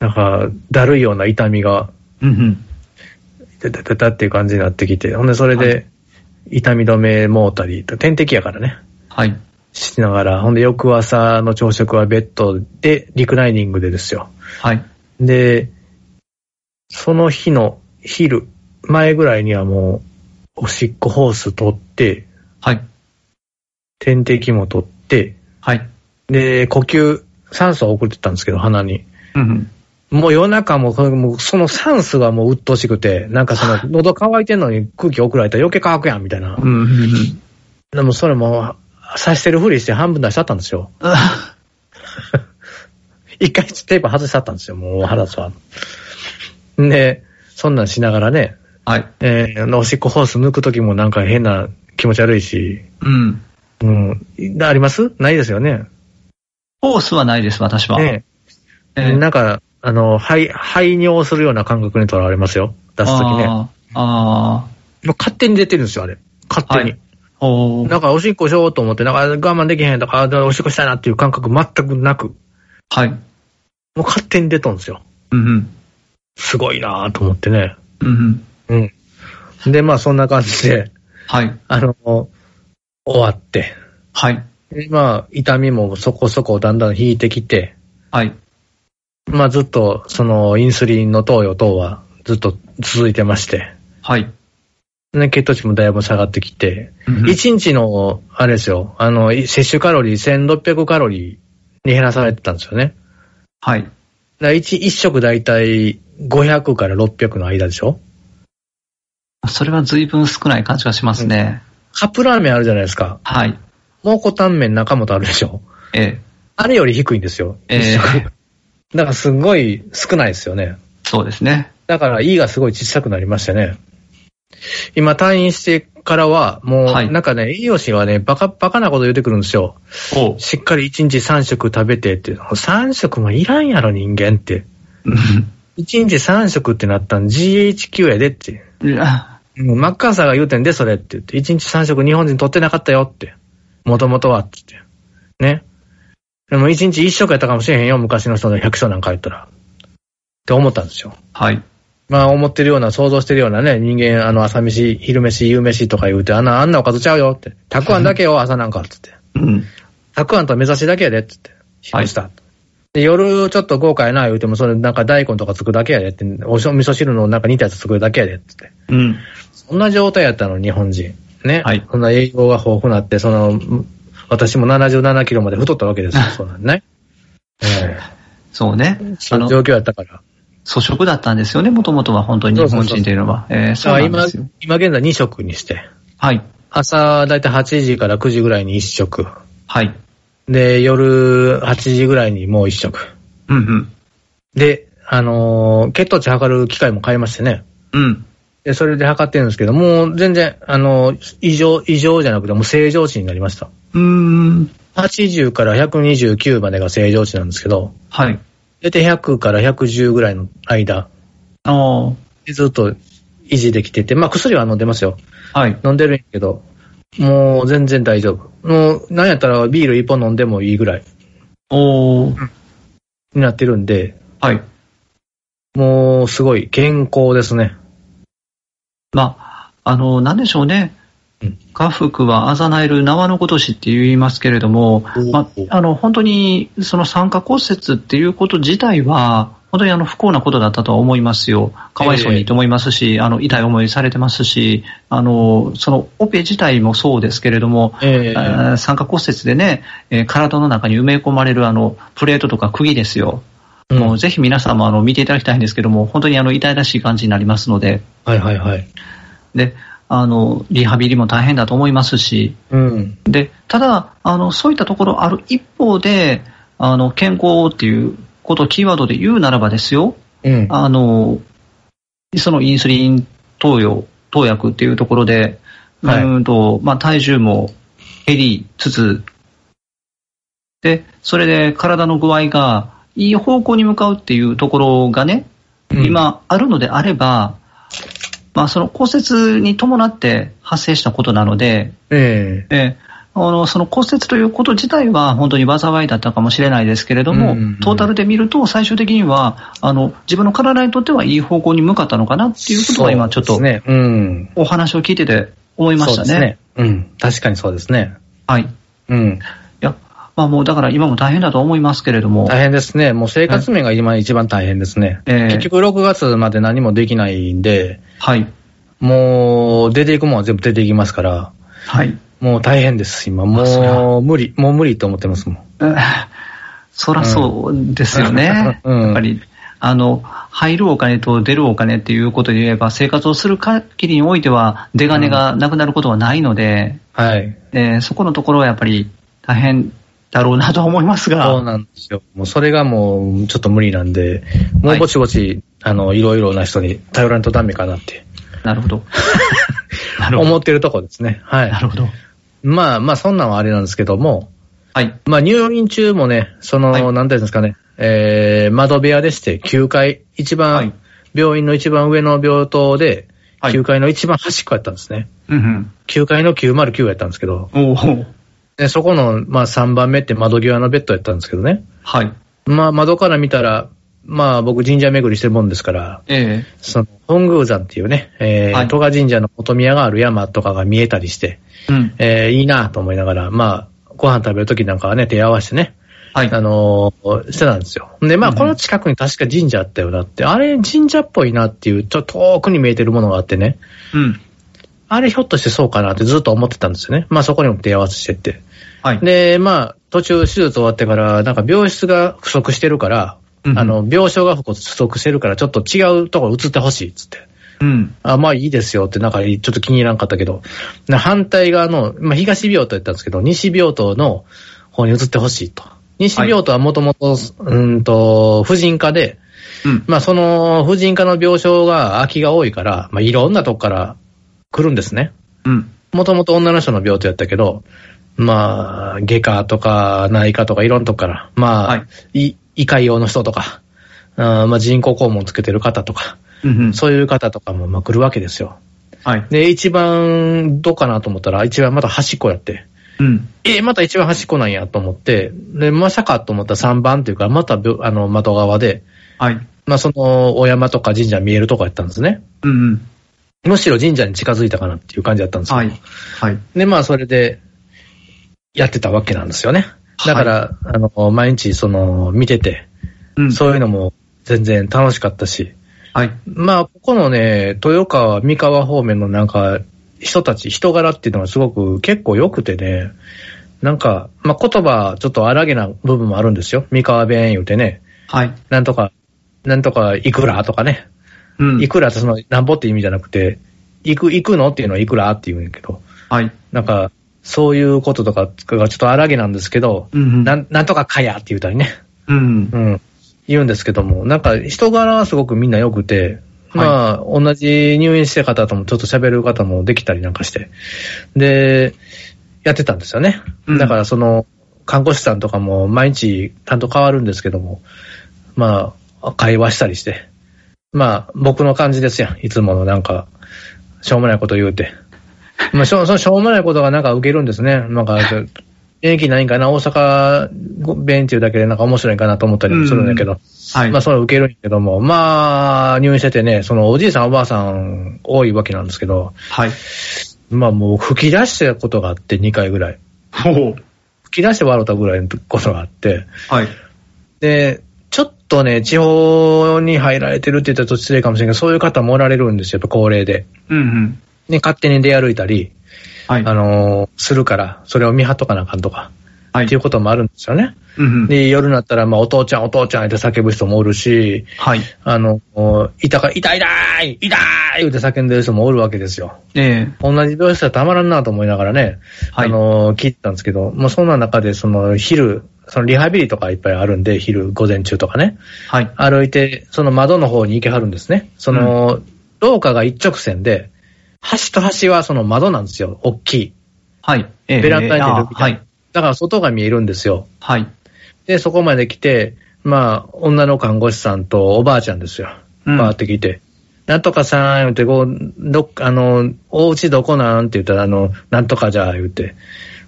Speaker 1: なんか、だるいような痛みが、
Speaker 2: うんう
Speaker 1: た
Speaker 2: ん。
Speaker 1: たたたっていう感じになってきて、ほんでそれ
Speaker 2: は
Speaker 1: で、痛み止めもうたり、点滴やからね、
Speaker 2: はい。
Speaker 1: しながら、ほんで翌朝の朝食はベッドで、リクライニングでですよ。
Speaker 2: はい。
Speaker 1: で、その日の昼、前ぐらいにはもう、おしっこホース取って、
Speaker 2: はい。
Speaker 1: 点滴も取って、
Speaker 2: はい。
Speaker 1: で、呼吸、酸素を送ってたんですけど、鼻に。
Speaker 2: うんうん。
Speaker 1: もう夜中も、そのもうその酸素がもう鬱陶しくて、なんかその、喉乾いてんのに空気送られたら余計乾くやん、みたいな
Speaker 2: う。んうんうん。
Speaker 1: でもそれも、刺してるふりして半分出しちゃったんですよ。
Speaker 2: あ
Speaker 1: 一回テープ外しちゃったんですよ、もう腹つは。で、そんなんしながらね、
Speaker 2: (laughs) はい。
Speaker 1: えーあの、おしっこホース抜くときもなんか変な気持ち悪いし、
Speaker 2: うん。
Speaker 1: うん、ありますないですよね。
Speaker 2: ホースはないです、私は。
Speaker 1: ね
Speaker 2: えー
Speaker 1: なんか、あの、排、排尿するような感覚にとらわれますよ。出すときね。も
Speaker 2: ああ、あ
Speaker 1: う勝手に出てるんですよ、あれ。勝手に。
Speaker 2: はいあ、おー
Speaker 1: なんかおしっこしようと思って、なんか我慢できへんとか、あおしっこしたいなっていう感覚全くなく、
Speaker 2: はい。
Speaker 1: もう勝手に出たんですよ。
Speaker 2: うんうん。
Speaker 1: すごいなぁと思ってね。
Speaker 2: うんうん。
Speaker 1: うん。で、まあそんな感じで、 (laughs)
Speaker 2: はい。
Speaker 1: あの、終わって。
Speaker 2: はい。
Speaker 1: でまあ痛みもそこそこだんだん引いてきて、
Speaker 2: はい。
Speaker 1: まあずっとそのインスリンの投与等はずっと続いてまして、
Speaker 2: はい。
Speaker 1: ね、血糖値もだいぶ下がってきて、
Speaker 2: うんうん
Speaker 1: 1日の、あれですよ、あの、い摂取カロリー1600カロリーに減らされてたんですよね。
Speaker 2: はい。
Speaker 1: だから一一食だいたい500から600の間でしょ
Speaker 2: それは随分少ない感じがしますね。
Speaker 1: カップラーメンあるじゃないですか。
Speaker 2: はい。
Speaker 1: 蒙古タンメン中本あるでしょ
Speaker 2: え
Speaker 1: あれより低いんですよ。
Speaker 2: え
Speaker 1: 一
Speaker 2: え
Speaker 1: 食 (laughs)
Speaker 2: え
Speaker 1: だからすごい少ないですよね。
Speaker 2: そうですね。
Speaker 1: だから E がすごい小さくなりましたね。今退院してからは、もう、
Speaker 2: はい
Speaker 1: なんかね、栄養士はね、バカ、バカなこと言ってくるんですよ。
Speaker 2: おう
Speaker 1: しっかり1日3食食べてっていう。3食もいらんやろ、人間って。1日3食ってなったん GHQ やでって。
Speaker 2: うんあ
Speaker 1: もうマッカーサーが言うてんで、それって言って。1日3食日本人取ってなかったよって。もともとはって言って。ね。でも1日1食やったかもしれへんよ、昔の人の百姓なんかやったら。って思ったんですよ。
Speaker 2: はい。
Speaker 1: まあ思ってるような、想像してるようなね、人間、あの朝飯、昼飯、夕飯とか言うて、あんな、あんなおかずちゃうよって。たくあんだけよ、朝なんかって言って。
Speaker 2: うん。
Speaker 1: たくあんと目指しだけやでって言って。
Speaker 2: は
Speaker 1: 昼
Speaker 2: い
Speaker 1: した。で夜ちょっと豪華やな言うても、それなんか大根とか作るだけやでって、おしょ味噌汁のなんか煮たやつ作るだけやでって言って。
Speaker 2: うん。
Speaker 1: そんな状態やったの、日本人。ね。
Speaker 2: はい
Speaker 1: そんな栄養が豊富なって、その、私も77キロまで太ったわけ
Speaker 2: (laughs)
Speaker 1: ですよ、そうなんね。え
Speaker 2: そうね
Speaker 1: え。
Speaker 2: あ
Speaker 1: その
Speaker 2: の、
Speaker 1: 状況やったから。
Speaker 2: 粗食だったんですよね、もともとは本当に日本人というのは。えー
Speaker 1: だ
Speaker 2: そう
Speaker 1: から
Speaker 2: なん
Speaker 1: 今
Speaker 2: ですよ。、
Speaker 1: 今現在2食にして、
Speaker 2: はい。
Speaker 1: 朝だいたい8時から9時ぐらいに1食。
Speaker 2: はい。
Speaker 1: で、夜8時ぐらいにもう1食。
Speaker 2: うんうん。
Speaker 1: で、あのー血糖値測る機械も買いましてね。
Speaker 2: うん。
Speaker 1: で、それで測ってるんですけど、もう全然、あのー異常、異常じゃなくて、もう正常値になりました。
Speaker 2: うーん。
Speaker 1: 80から129までが正常値なんですけど、
Speaker 2: はい。
Speaker 1: 大体100から110ぐらいの間、
Speaker 2: あ
Speaker 1: ずっと維持できてて、まあ薬は飲んでますよ。
Speaker 2: あ。はい。
Speaker 1: 飲んでるんやけど、もう全然大丈夫。もう、なんやったらビール一本飲んでもいいぐらい
Speaker 2: おー。
Speaker 1: になってるんで、
Speaker 2: はい。
Speaker 1: もうすごい健康ですね。
Speaker 2: まあ、あの、なんでしょうね
Speaker 1: うん。
Speaker 2: 家福はあざなえる縄のことしって言いますけれども、
Speaker 1: お
Speaker 2: まあ、あの、本当に、その酸化骨折っていうこと自体は、本当にあの不幸なことだったとは思いますよ。かわいそうにと思いますし、あの、痛い思いされてますし、あの、そのオペ自体もそうですけれども、
Speaker 1: ええ
Speaker 2: あー酸化骨折でね、えー体の中に埋め込まれるあの、プレートとか釘ですよ。
Speaker 1: うん
Speaker 2: もうぜひ皆さんもあの、見ていただきたいんですけども、本当にあの、痛々しい感じになりますので、
Speaker 1: はいはいはい。
Speaker 2: で、あの、リハビリも大変だと思いますし、
Speaker 1: うん。
Speaker 2: で、ただ、あの、そういったところある一方で、あの、健康っていうことをキーワードで言うならばですよ、
Speaker 1: うん。
Speaker 2: あの、そのインスリン投与、投薬っていうところで、
Speaker 1: はいう
Speaker 2: ーんと、まあ、体重も減りつつ、で、それで体の具合がいい方向に向かうっていうところがね、
Speaker 1: うん、
Speaker 2: 今あるのであれば、まあ、その骨折に伴って発生したことなので、
Speaker 1: ええ
Speaker 2: えーあのその骨折ということ自体は本当に災いだったかもしれないですけれど
Speaker 1: う
Speaker 2: も、
Speaker 1: んうん
Speaker 2: トータルで見ると最終的にはあの自分の体にとってはいい方向に向かったのかなっていうことは今ちょっ
Speaker 1: そ
Speaker 2: と
Speaker 1: うですね。うん。
Speaker 2: お話を聞いてて思いましたね。
Speaker 1: そうですね。うん。確かにそうですね。
Speaker 2: はい。い
Speaker 1: うん。
Speaker 2: や、まあもうだから今も大変だと思いますけれども、
Speaker 1: 大変ですね。もう生活面が今一番大変ですね。
Speaker 2: えー
Speaker 1: 結局6月まで何もできないんで、
Speaker 2: はい。
Speaker 1: もう出ていくもんは全部出ていきますから、
Speaker 2: はい。
Speaker 1: もう大変です、今。
Speaker 2: あそり
Speaker 1: も
Speaker 2: ゃ
Speaker 1: う無理、もう無理と思ってますもん。
Speaker 2: えー (laughs) そらそうですよね。
Speaker 1: うん
Speaker 2: やっぱり、あの、入るお金と出るお金っていうことで言えば、生活をする限りにおいては、出金がなくなることはないので、
Speaker 1: はい。
Speaker 2: えーそこのところはやっぱり大変だろうなとは思います
Speaker 1: そう
Speaker 2: が、
Speaker 1: なんですよ。もうそれがもうちょっと無理なんで、も
Speaker 2: は
Speaker 1: う
Speaker 2: い
Speaker 1: ぼちぼち、あの、いろいろな人に頼らんとダメかなって
Speaker 2: な
Speaker 1: (laughs)
Speaker 2: るほど。なるほ
Speaker 1: 思
Speaker 2: ど。
Speaker 1: ってるとこですね。はい
Speaker 2: な。るほど。
Speaker 1: まあまあそんなんはあれなんですけども、
Speaker 2: はい。
Speaker 1: まあ入院中もね、その、
Speaker 2: はい
Speaker 1: なんていうんですかね、えー、窓部屋でして、9階、一番、
Speaker 2: はい
Speaker 1: 病院の一番上の病棟で、
Speaker 2: はい
Speaker 1: 9階の一番端っこやったんですね。
Speaker 2: うん
Speaker 1: 9階の909やったんですけど、
Speaker 2: うん。おー
Speaker 1: でそこの、まあ3番目って窓際のベッドやったんですけどね。
Speaker 2: はい。
Speaker 1: まあ窓から見たら、まあ僕神社巡りしてるもんですから、
Speaker 2: え
Speaker 1: その、本宮山っていうね、えー、
Speaker 2: はい
Speaker 1: 戸賀神社の元宮がある山とかが見えたりして、
Speaker 2: えうん。
Speaker 1: えー、いいなと思いながら、まあ、ご飯食べるときなんかはね、手合わせてね、
Speaker 2: はい。
Speaker 1: あのーしてたんですよ。で、まあ、
Speaker 2: うんうん
Speaker 1: この近くに確か神社あったよなって、あれ神社っぽいなっていう、ちょっと遠くに見えてるものがあってね、
Speaker 2: うん。
Speaker 1: あれひょっとしてそうかなってずっと思ってたんですよね。まあ、そこにも手合わせしてって。
Speaker 2: はい。
Speaker 1: で、まあ、途中手術終わってから、なんか病室が不足してるから、
Speaker 2: うんうん
Speaker 1: あの、病床が不足してるから、ちょっと違うところ移ってほしいっつって。
Speaker 2: うん。
Speaker 1: あ、まあいいですよって、なんかちょっと気に入らんかったけど、な反対側の、まあ東病棟やったんですけど、西病棟の方に移ってほしいと。西病棟はもともと、うんと、婦人科で、
Speaker 2: うん。
Speaker 1: まあその婦人科の病床が空きが多いから、まあいろんなとこから来るんですね。
Speaker 2: うん。
Speaker 1: もともと女の人の病棟やったけど、まあ、外科とか内科とかいろんなとこから、まあ、
Speaker 2: はい
Speaker 1: い医科用の人とか、あーまあ人工肛門つけてる方とか、
Speaker 2: うんうん。
Speaker 1: そういう方とかもまあ来るわけですよ。
Speaker 2: はい。
Speaker 1: で、一番どうかなと思ったら、一番また端っこやって。
Speaker 2: うん。
Speaker 1: え、また一番端っこなんやと思って、で、まさかと思ったら3番っていうか、またびょ、あの、窓側で、
Speaker 2: はい。
Speaker 1: まあ、その、お山とか神社見えるとこやったんですね。
Speaker 2: うんうん。
Speaker 1: むしろ神社に近づいたかなっていう感じだったんですよ。
Speaker 2: はい。はい。
Speaker 1: で、まあ、それで、やってたわけなんですよね。だから、あの、毎日、その、見てて、
Speaker 2: うん。
Speaker 1: そういうのも全然楽しかったし、
Speaker 2: はい。
Speaker 1: まあ、ここのね、豊川、三河方面のなんか、人たち、人柄っていうのがすごく結構良くてね、なんか、まあ、言葉、ちょっと荒げな部分もあるんですよ。三河弁言うてね、
Speaker 2: はい。
Speaker 1: なんとか、なんとか、いくらとかね。
Speaker 2: うん。
Speaker 1: いくらってその、なんぼって意味じゃなくて、行く、行くのっていうのはいくらって言うんやけど、
Speaker 2: はい。
Speaker 1: なんか、そういうこととかがちょっと荒げなんですけど、
Speaker 2: うんうん。
Speaker 1: なん、なんとかかやって言うたりね。
Speaker 2: うん
Speaker 1: う。ん。言うんですけども、なんか人柄はすごくみんな良くて、まあ、同じ入院してる方ともちょっと喋る方もできたりなんかして。で、やってたんですよね。
Speaker 2: うん
Speaker 1: だからその、看護師さんとかも毎日担当変わるんですけども、まあ、会話したりして。まあ、僕の感じですやん。いつものなんか、しょうもないこと言うて。まあ、しょそのしょうもないことがなんか受けるんですね。なんか、元気ないんかな大阪弁っていうだけでなんか面白いんかなと思ったりもするんだけど。
Speaker 2: はい。
Speaker 1: まあ、それは受けるんやけども、まあ、入院しててね、そのおじいさんおばあさん多いわけなんですけど、
Speaker 2: はい。
Speaker 1: まあもう吹き出したことがあって2回ぐらい。
Speaker 2: ほう。
Speaker 1: 吹き出して笑ったぐらいのことがあって、
Speaker 2: はい。
Speaker 1: で、ちょっとね、地方に入られてるって言ったらちょっと失礼かもしれんけど、そういう方もおられるんですよ、やっぱ高齢で。
Speaker 2: うんうん。
Speaker 1: ね、勝手に出歩いたり、
Speaker 2: は
Speaker 1: あ
Speaker 2: い。
Speaker 1: のーするから、それを見張っとかなあかんとか、
Speaker 2: は
Speaker 1: っていうこともあるんですよね。
Speaker 2: うんうん。
Speaker 1: で、夜になったら、まあ、お父ちゃん、お父ちゃんって叫ぶ人もおるし、
Speaker 2: はい。
Speaker 1: あの、痛か、痛い痛い痛い言うて叫んでる人もおるわけですよ。
Speaker 2: え
Speaker 1: 同じ病室はたまらんなと思いながらね、
Speaker 2: はい
Speaker 1: あの、聞いてたんですけど、もうそんな中で、その、昼、そのリハビリとかいっぱいあるんで、昼、午前中とかね、
Speaker 2: えはい。
Speaker 1: 歩いて、その窓の方に行けはるんですね。その、廊下が一直線で、端と端はその窓なんですよ、大きい。
Speaker 2: はい。ええ
Speaker 1: ベランダに出
Speaker 2: あ
Speaker 1: るみた
Speaker 2: はいい
Speaker 1: な。。だから外が見えるんですよ。
Speaker 2: はい。
Speaker 1: で、そこまで来て、まあ、女の看護師さんとおばあちゃんですよ。
Speaker 2: うん
Speaker 1: バーって来て。なんとかさん、言うて、こう、どっか、あの、お家どこなんって言ったら、あの、なんとかじゃ、言うて。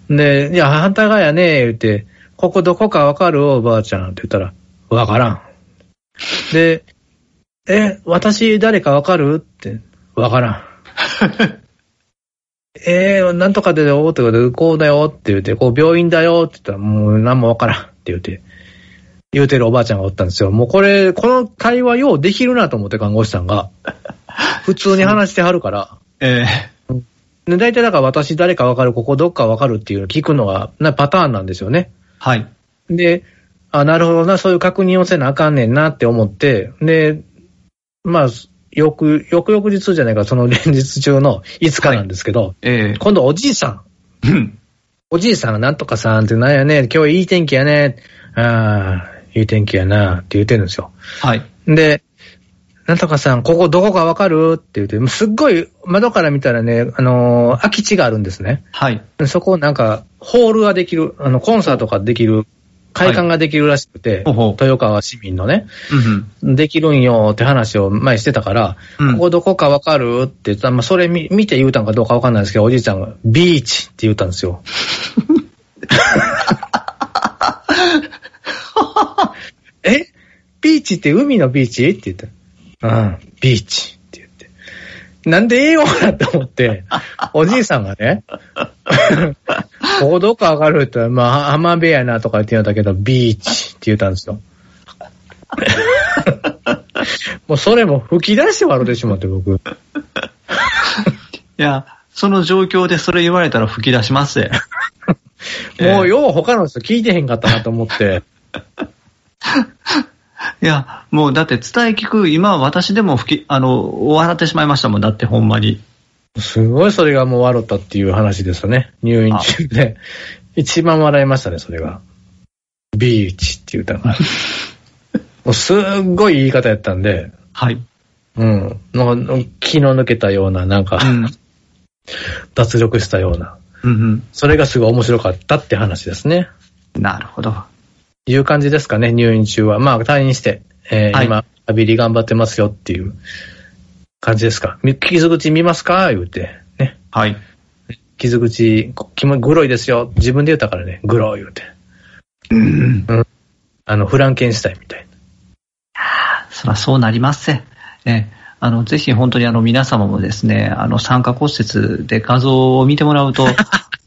Speaker 1: で、いや、反対側やね、言うて、ここどこかわかるおばあちゃんって言ったら、わからん。で、え、私誰かわかるって、わからん。えー、なんとかでよってことで、こうだよって言って、こう病院だよって言ったら、もう何もわからんって言って、言うてるおばあちゃんがおったんですよ。もうこれ、この会話ようできるなと思って看護師さんが。普通に話してはるから。
Speaker 2: ええ
Speaker 1: で、大体だから私誰かわかる、ここどっかわかるっていうのを聞くのが、なパターンなんですよね。
Speaker 2: はい。
Speaker 1: で、あ、なるほどな、そういう確認をせなあかんねんなって思って、で、まあ、よく、よく翌日じゃないか、その連日中の5日なんですけど、
Speaker 2: え
Speaker 1: 今度おじいさん、
Speaker 2: え (laughs) うん
Speaker 1: おじいさんがなんとかさんってなんやね、今日いい天気やね、ああ、いい天気やなって言ってるんですよ。
Speaker 2: はい。
Speaker 1: で、なんとかさん、ここどこかわかるって言って、もうすっごい窓から見たらね、あのー空き地があるんですね。
Speaker 2: はい。
Speaker 1: そこなんか、ホールができる、あの、コンサートができる、会館ができるらしくて、
Speaker 2: ほうほう
Speaker 1: 豊川市民のね、
Speaker 2: うんうん。
Speaker 1: できるんよって話を前にしてたから、
Speaker 2: うん
Speaker 1: ここどこかわかるって言ったら、まあ、それ見見て言うたんかどうかわかんないですけど、おじいちゃんが、ビーチって言ったんです
Speaker 2: (laughs)
Speaker 1: よ。えビーチって海のビーチって言ったらうん、ビーチって言って。なんでええよなって思って、おじいさんが
Speaker 2: (laughs)
Speaker 1: ね、ここどこかわかるって言ったら、まあ、浜辺やなとか言って言うんだけど、ビーチって言ったんですよ。もうそれも吹き出して笑ってしまって、僕。
Speaker 2: いや、その状況でそれ言われたら吹き出しますよ。ええ
Speaker 1: もうよう他の人聞いてへんかったなと思って。
Speaker 2: いや、もうだって伝え聞く、今私でも吹き、あの、笑ってしまいましたもん、だってほんまに。
Speaker 1: すごいそれがもう笑ったっていう話ですよね。入院中で。一番笑いましたね、それが。ビーチって言うたのが。
Speaker 2: (laughs)
Speaker 1: もうすっごい言い方やったんで、
Speaker 2: はい。
Speaker 1: うん。なんか気の抜けたような、なんか
Speaker 2: う、ん。
Speaker 1: 脱力したような。
Speaker 2: うん
Speaker 1: それがすごい面白かったって話ですね。
Speaker 2: うん。なるほど。
Speaker 1: いう感じですかね、入院中は。まあ、退院して、えー
Speaker 2: はい
Speaker 1: 今、リハビリ頑張ってますよっていう感じですか。み傷口見ますか言うて。ね。
Speaker 2: はい。
Speaker 1: 傷口、こきもグロいですよ。自分で言ったからね、グロい言うて。うん。あの、フランケンシュタインみたい
Speaker 2: そらそうなりますせ。ええあの、ぜひ本当にあの皆様もですね、あの、酸化骨折で画像を見てもら (laughs) うと、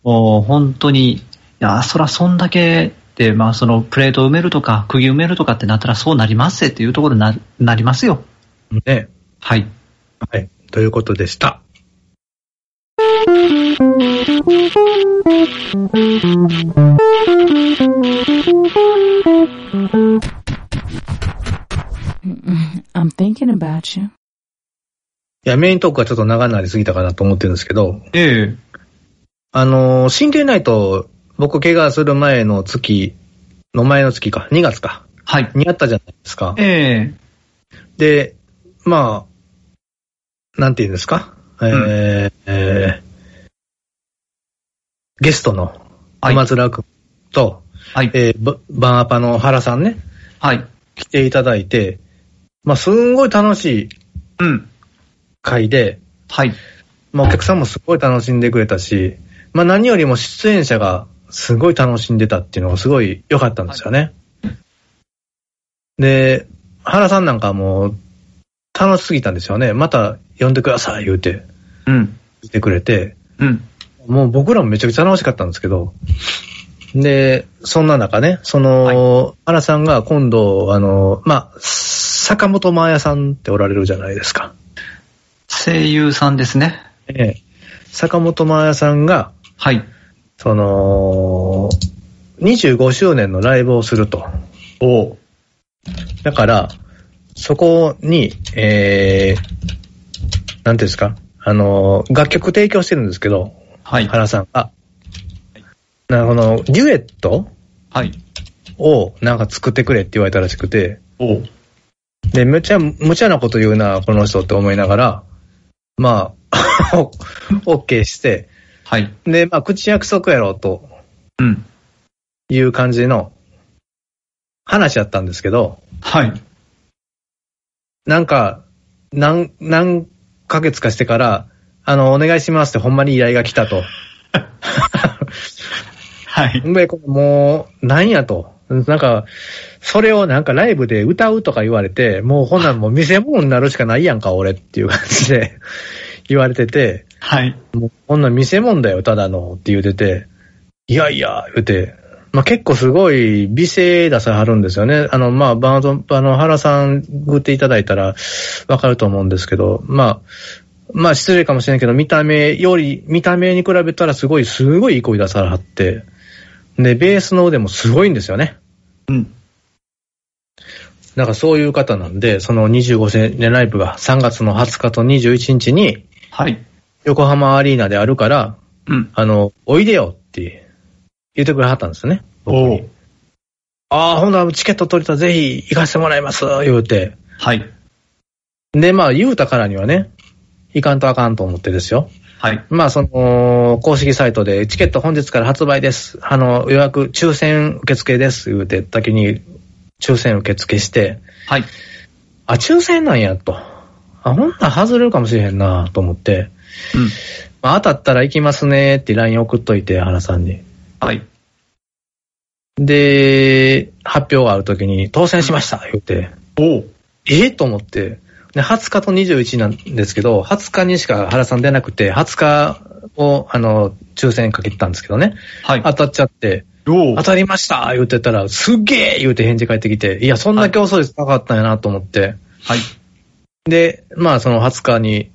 Speaker 2: もう本当に、いや、そらそんだけで、まあそのプレートを埋めるとか、釘埋めるとかってなったらそうなりますせっていうところにななりますよ。
Speaker 1: な。ね。
Speaker 2: はい。
Speaker 1: はい。ということでした。
Speaker 4: 「
Speaker 3: Mm-mm. I'm thinking about you.
Speaker 1: いや、メイントークはちょっと長くなりすぎたかなと思ってるんですけど、
Speaker 2: ええ。
Speaker 1: あのー、神経ないと、僕怪我する前の月、の前の月か、2月か、
Speaker 2: はい。
Speaker 1: にあったじゃないですか。
Speaker 2: ええ。
Speaker 1: で、まあ、なんて言うんですか、えーえーゲストの
Speaker 2: はい
Speaker 1: 小松楽と、
Speaker 2: はい。
Speaker 1: えーババンアパの原さんね、
Speaker 2: はい。
Speaker 1: 来ていただいて、まあ、すんごい楽しい
Speaker 2: うん。
Speaker 1: 回で、
Speaker 2: はい。
Speaker 1: まあ、お客さんもすごい楽しんでくれたし、まあ、何よりも出演者がすごい楽しんでたっていうのがすごい良かったんですよね。で、原さんなんかもう楽しすぎたんですよね。また呼んでください言うて、
Speaker 2: うん。
Speaker 1: 来てくれて、
Speaker 2: うん。
Speaker 1: もう僕らもめちゃくちゃ楽しかったんですけど、で、そんな中ね、その、原さんが今度、あの、まあ、坂本真綾さんっておられるじゃないですか。
Speaker 2: 声優さんですね。
Speaker 1: ええ坂本真綾さんが、
Speaker 2: はい。
Speaker 1: その、25周年のライブをすると。
Speaker 2: お
Speaker 1: だから、そこに、えー、なんていうんですか、あの、楽曲提供してるんですけど、
Speaker 2: はい。
Speaker 1: 原さんが。なこの、デュエット
Speaker 2: はい。
Speaker 1: をなんか作ってくれって言われたらしくて、
Speaker 2: おう
Speaker 1: で、むちゃ、無茶なこと言うな、この人って思いながら、まあ、 (laughs) オッケーして、
Speaker 2: はい。
Speaker 1: で、まあ、口約束やろうと
Speaker 2: うん。
Speaker 1: いう感じの話やったんですけど、
Speaker 2: はい。
Speaker 1: なんか、何、何ヶ月かしてから、あの、お願いしますってほんまに依頼が来たと。
Speaker 2: はい。
Speaker 1: ほんで、これもう、なんやと。なんか、それをなんかライブで歌うとか言われて、もうほんなんもう見せ物になるしかないやんか、俺っていう感じで言われてて、
Speaker 2: はい。
Speaker 1: もうこんなん見せ物だよ、ただのって言うてて、いやいや、言うて、まあ、結構すごい美声出さはるんですよね。あの、まあ、バードン、あの、原さん、グっていただいたらわかると思うんですけど、まあ、まあ、失礼かもしれないけど、見た目より、見た目に比べたらすごい、すごいいい声出さはって、で、ベースの腕もすごいんですよね。
Speaker 2: うん。
Speaker 1: なんかそういう方なんで、その25周年ライブが3月の20日と21日に
Speaker 2: はい。
Speaker 1: 横浜アリーナであるから、
Speaker 2: うん。
Speaker 1: あの、おいでよって言ってくれはったんですね。僕に
Speaker 2: おう
Speaker 1: ああ、ほんならチケット取れたらぜひ行かせてもらいます、言うて。
Speaker 2: はい。
Speaker 1: で、まあ言うたからにはね、行かんとあかんと思ってですよ。
Speaker 2: はい。
Speaker 1: まあその、公式サイトでチケット本日から発売です。あの、予約抽選受付です、言うて、だけに抽選受付して、
Speaker 2: はい。
Speaker 1: あ、抽選なんや、と。あ、ほんなら外れるかもしれへんな、と思って。
Speaker 2: うん。
Speaker 1: まあ当たったら行きますね、って LINE 送っといて、原さんに。
Speaker 2: はい。
Speaker 1: で、発表があるときに、当選しました言って、
Speaker 2: おう
Speaker 1: ええと思って、で、20日と21なんですけど、20日にしか原さん出なくて、20日を、あの、抽選かけてたんですけどね、
Speaker 2: はい。
Speaker 1: 当たっちゃって、
Speaker 2: おう
Speaker 1: 当たりました言ってたら、すっげえ言って返事返ってきて、いや、そんな競争率なかったんやなと思って、
Speaker 2: はい。
Speaker 1: で、まあ、その20日に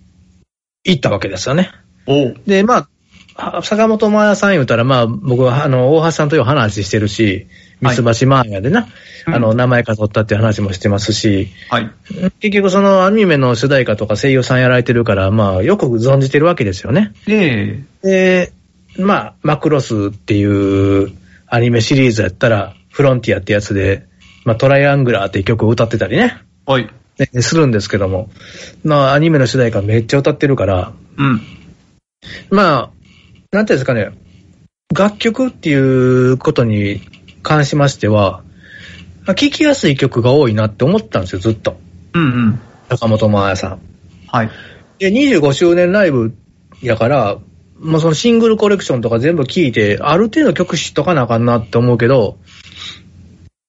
Speaker 1: 行ったわけですよね。
Speaker 2: おう
Speaker 1: で、まあ、は坂本真綾さん言うたら、まあ、僕は、あの、大橋さんという話してるし、
Speaker 2: は
Speaker 1: 三
Speaker 2: い
Speaker 1: 橋真綾でな、
Speaker 2: うん
Speaker 1: あの、名前飾ったっていう話もしてますし、
Speaker 2: はい。
Speaker 1: 結局そのアニメの主題歌とか声優さんやられてるから、まあ、よく存じてるわけですよね。
Speaker 2: ええ。
Speaker 1: で、まあ、マクロスっていうアニメシリーズやったら、フロンティアってやつで、まあ、トライアングラーっていう曲を歌ってたりね、
Speaker 2: はい。
Speaker 1: ねするんですけども、まあ、アニメの主題歌めっちゃ歌ってるから、
Speaker 2: うん。
Speaker 1: まあ、なんていうんですかね、楽曲っていうことに関しましては、まあ聴きやすい曲が多いなって思ったんですよ、ずっと。
Speaker 2: うんうん。
Speaker 1: 坂本真綾さん。
Speaker 2: はい。
Speaker 1: で、25周年ライブやから、まあそのシングルコレクションとか全部聴いて、ある程度曲知っとかなあかんなって思うけど、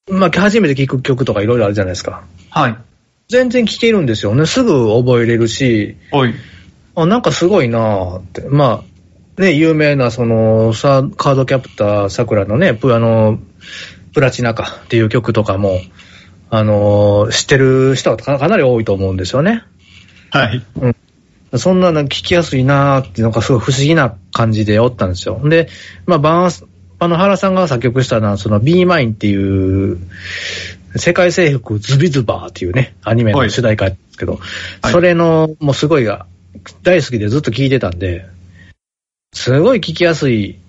Speaker 1: まあ初めて聴く曲とかいろいろあるじゃないですか。
Speaker 2: はい。
Speaker 1: 全然聴けるんですよね。すぐ覚えれるし、
Speaker 2: おい。
Speaker 1: あ、なんかすごいなぁって。まあ、ね、有名な、その、さ、カードキャプター桜のね、プあの、プラチナかっていう曲とかも、あの、知ってる人はかかなり多いと思うんですよね。
Speaker 2: はい。
Speaker 1: そんなの聞きやすいなぁっていうのがすごい不思議な感じでおったんですよ。で、まあ、バーン、あの、原さんが作曲したのは、その B マインっていう、世界征服ズビズバーっていうね、アニメの主題歌ですけど、
Speaker 2: はい
Speaker 1: それの、もうすごいが、大好きでずっと聴いてたんで、すごい聴きやすい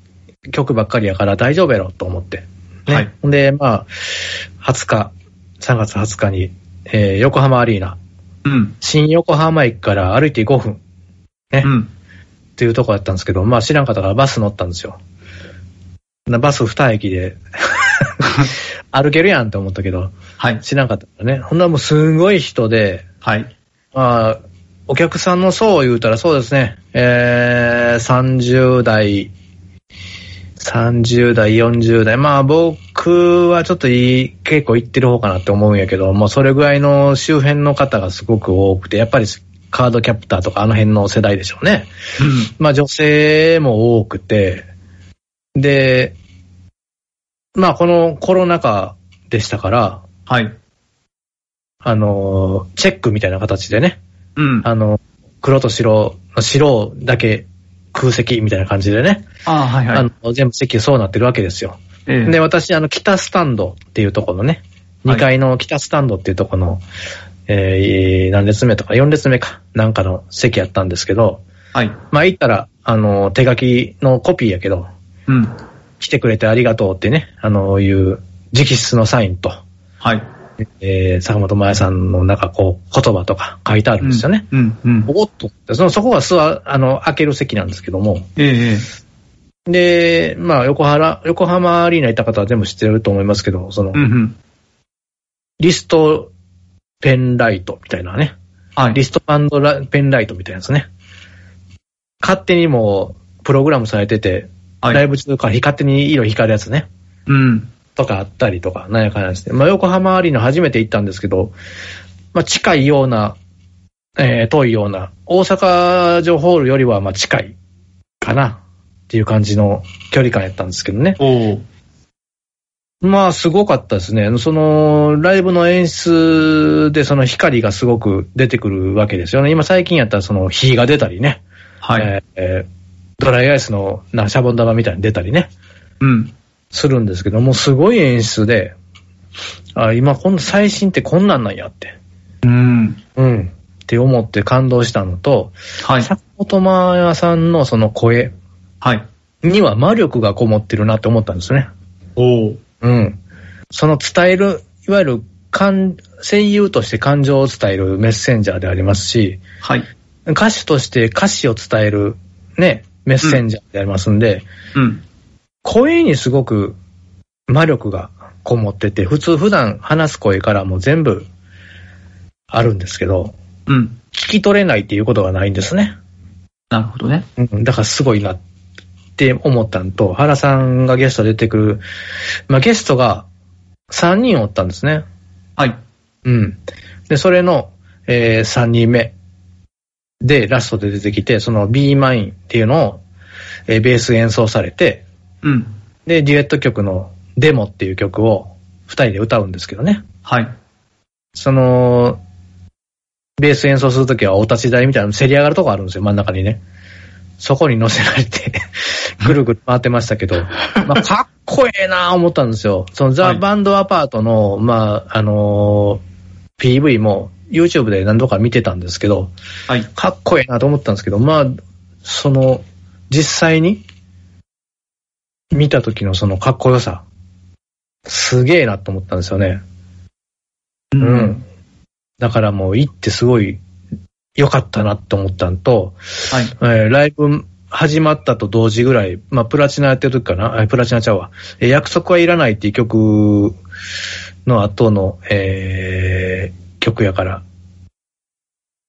Speaker 1: 曲ばっかりやから大丈夫やろと思って。ね。
Speaker 2: はい
Speaker 1: で、まあ、20日、3月20日に、えー横浜アリーナ、
Speaker 2: うん。
Speaker 1: 新横浜駅から歩いて5分
Speaker 2: うん。
Speaker 1: っていうとこやったんですけど、まあ知らんかったからバス乗ったんですよ。なバス2駅で歩けるやんと思ったけど、
Speaker 2: はい。
Speaker 1: 知らんかったからね。ほんならもうすんごい人で、
Speaker 2: はい。
Speaker 1: まあ、お客さんの層を言うたらそうですね、えー、30代、30代、40代。まあ僕はちょっといい、結構行ってる方かなって思うんやけど、もうそれぐらいの周辺の方がすごく多くて、やっぱりカードキャプターとかあの辺の世代でしょうね。
Speaker 2: うん。
Speaker 1: まあ女性も多くて、で、まあこのコロナ禍でしたから、
Speaker 2: はい。
Speaker 1: あの、チェックみたいな形でね、
Speaker 2: うん。あ
Speaker 1: あの、黒と白、白だけ空席みたいな感じでね、
Speaker 2: あ、はい
Speaker 1: あ
Speaker 2: はい。
Speaker 1: の全部席そうなってるわけですよ。
Speaker 2: ええ
Speaker 1: で、私、あの、北スタンドっていうところのね、
Speaker 2: はい
Speaker 1: 2階の北スタンドっていうところの、えー何列目とか4列目か、なんかの席やったんですけど、
Speaker 2: はい。
Speaker 1: まあ行ったら、あの、手書きのコピーやけど、
Speaker 2: うん。
Speaker 1: 来てくれてありがとうってね、あの、いう直筆のサインと、
Speaker 2: はい。
Speaker 1: えー坂本真綾さんの中、こう、言葉とか書いてあるんですよね。
Speaker 2: うん。うん。うん
Speaker 1: おっと。その、そこが座、あの、開ける席なんですけども。
Speaker 2: ええええ
Speaker 1: で、まあ、横原、横浜アリーナ行った方は全部知ってると思いますけど、その
Speaker 2: う、んうん。
Speaker 1: リスト、ペンライトみたいなね。
Speaker 2: はい。
Speaker 1: リストバンドラペンライトみたいなやつね。勝手にもう、プログラムされてて、
Speaker 2: はい
Speaker 1: ライブ中から勝手に色光るやつね。
Speaker 2: うん。
Speaker 1: とかあったりとか、なんやかんやですね。まあ、横浜アリーナ初めて行ったんですけど、まあ、近いような、えー、遠いような、大阪城ホールよりは、まあ、近いかな、っていう感じの距離感やったんですけどね。
Speaker 2: おお。
Speaker 1: まあ、すごかったですね。その、ライブの演出で、その光がすごく出てくるわけですよね。今、最近やったら、その、火が出たりね。
Speaker 2: はい。
Speaker 1: えーえードライアイスの、な、シャボン玉みたいに出たりね。
Speaker 2: うん。
Speaker 1: するんですけども、すごい演出で、あ、今この最新ってこんなんなんやって、
Speaker 2: うん。
Speaker 1: うん、って思って感動したのと、
Speaker 2: はい。
Speaker 1: 坂本真綾さんのその声
Speaker 2: はい。
Speaker 1: には魔力がこもってるなって思ったんですよね。
Speaker 2: おお。
Speaker 1: うん。その伝える、いわゆる感、声優として感情を伝えるメッセンジャーでありますし、
Speaker 2: はい。
Speaker 1: 歌手として歌詞を伝えるね、メッセンジャーでありますんで、
Speaker 2: うん。
Speaker 1: 声にすごく魔力がこもってて、普通普段話す声からも全部あるんですけど、
Speaker 2: うん。
Speaker 1: 聞き取れないっていうことがないんですね。
Speaker 2: なるほどね。
Speaker 1: うん、だからすごいなって思ったんと、原さんがゲスト出てくる、まあ、ゲストが3人おったんですね。
Speaker 2: はい。
Speaker 1: うん。で、それの、え3人目でラストで出てきて、その B マインっていうのを、えーベース演奏されて、
Speaker 2: うん。
Speaker 1: で、デュエット曲のデモっていう曲を二人で歌うんですけどね。
Speaker 2: はい。
Speaker 1: その、ベース演奏するときはお立ち台みたいなのせり上がるとこあるんですよ、真ん中にね。そこに乗せられ
Speaker 2: (laughs)
Speaker 1: て、ぐるぐる回ってましたけど、まあ、かっこええなぁ思ったんですよ。その
Speaker 2: は
Speaker 1: ザ・
Speaker 2: い
Speaker 1: バンド・アパートの、まあ、あのー PV も YouTube で何度か見てたんですけど、
Speaker 2: はい。
Speaker 1: かっこええなと思ったんですけど、まあ、その、実際に見た時のそのかっこよさ、すげえなと思ったんですよね。
Speaker 2: う
Speaker 1: うん。。だからもう行ってすごい良かったなと思ったんと、
Speaker 2: はい。
Speaker 1: えーライブ始まったと同時ぐらい、まあ、プラチナやってる時かな、えプラチナちゃうわ、えー約束はいらないっていう曲の後の、えー曲やから、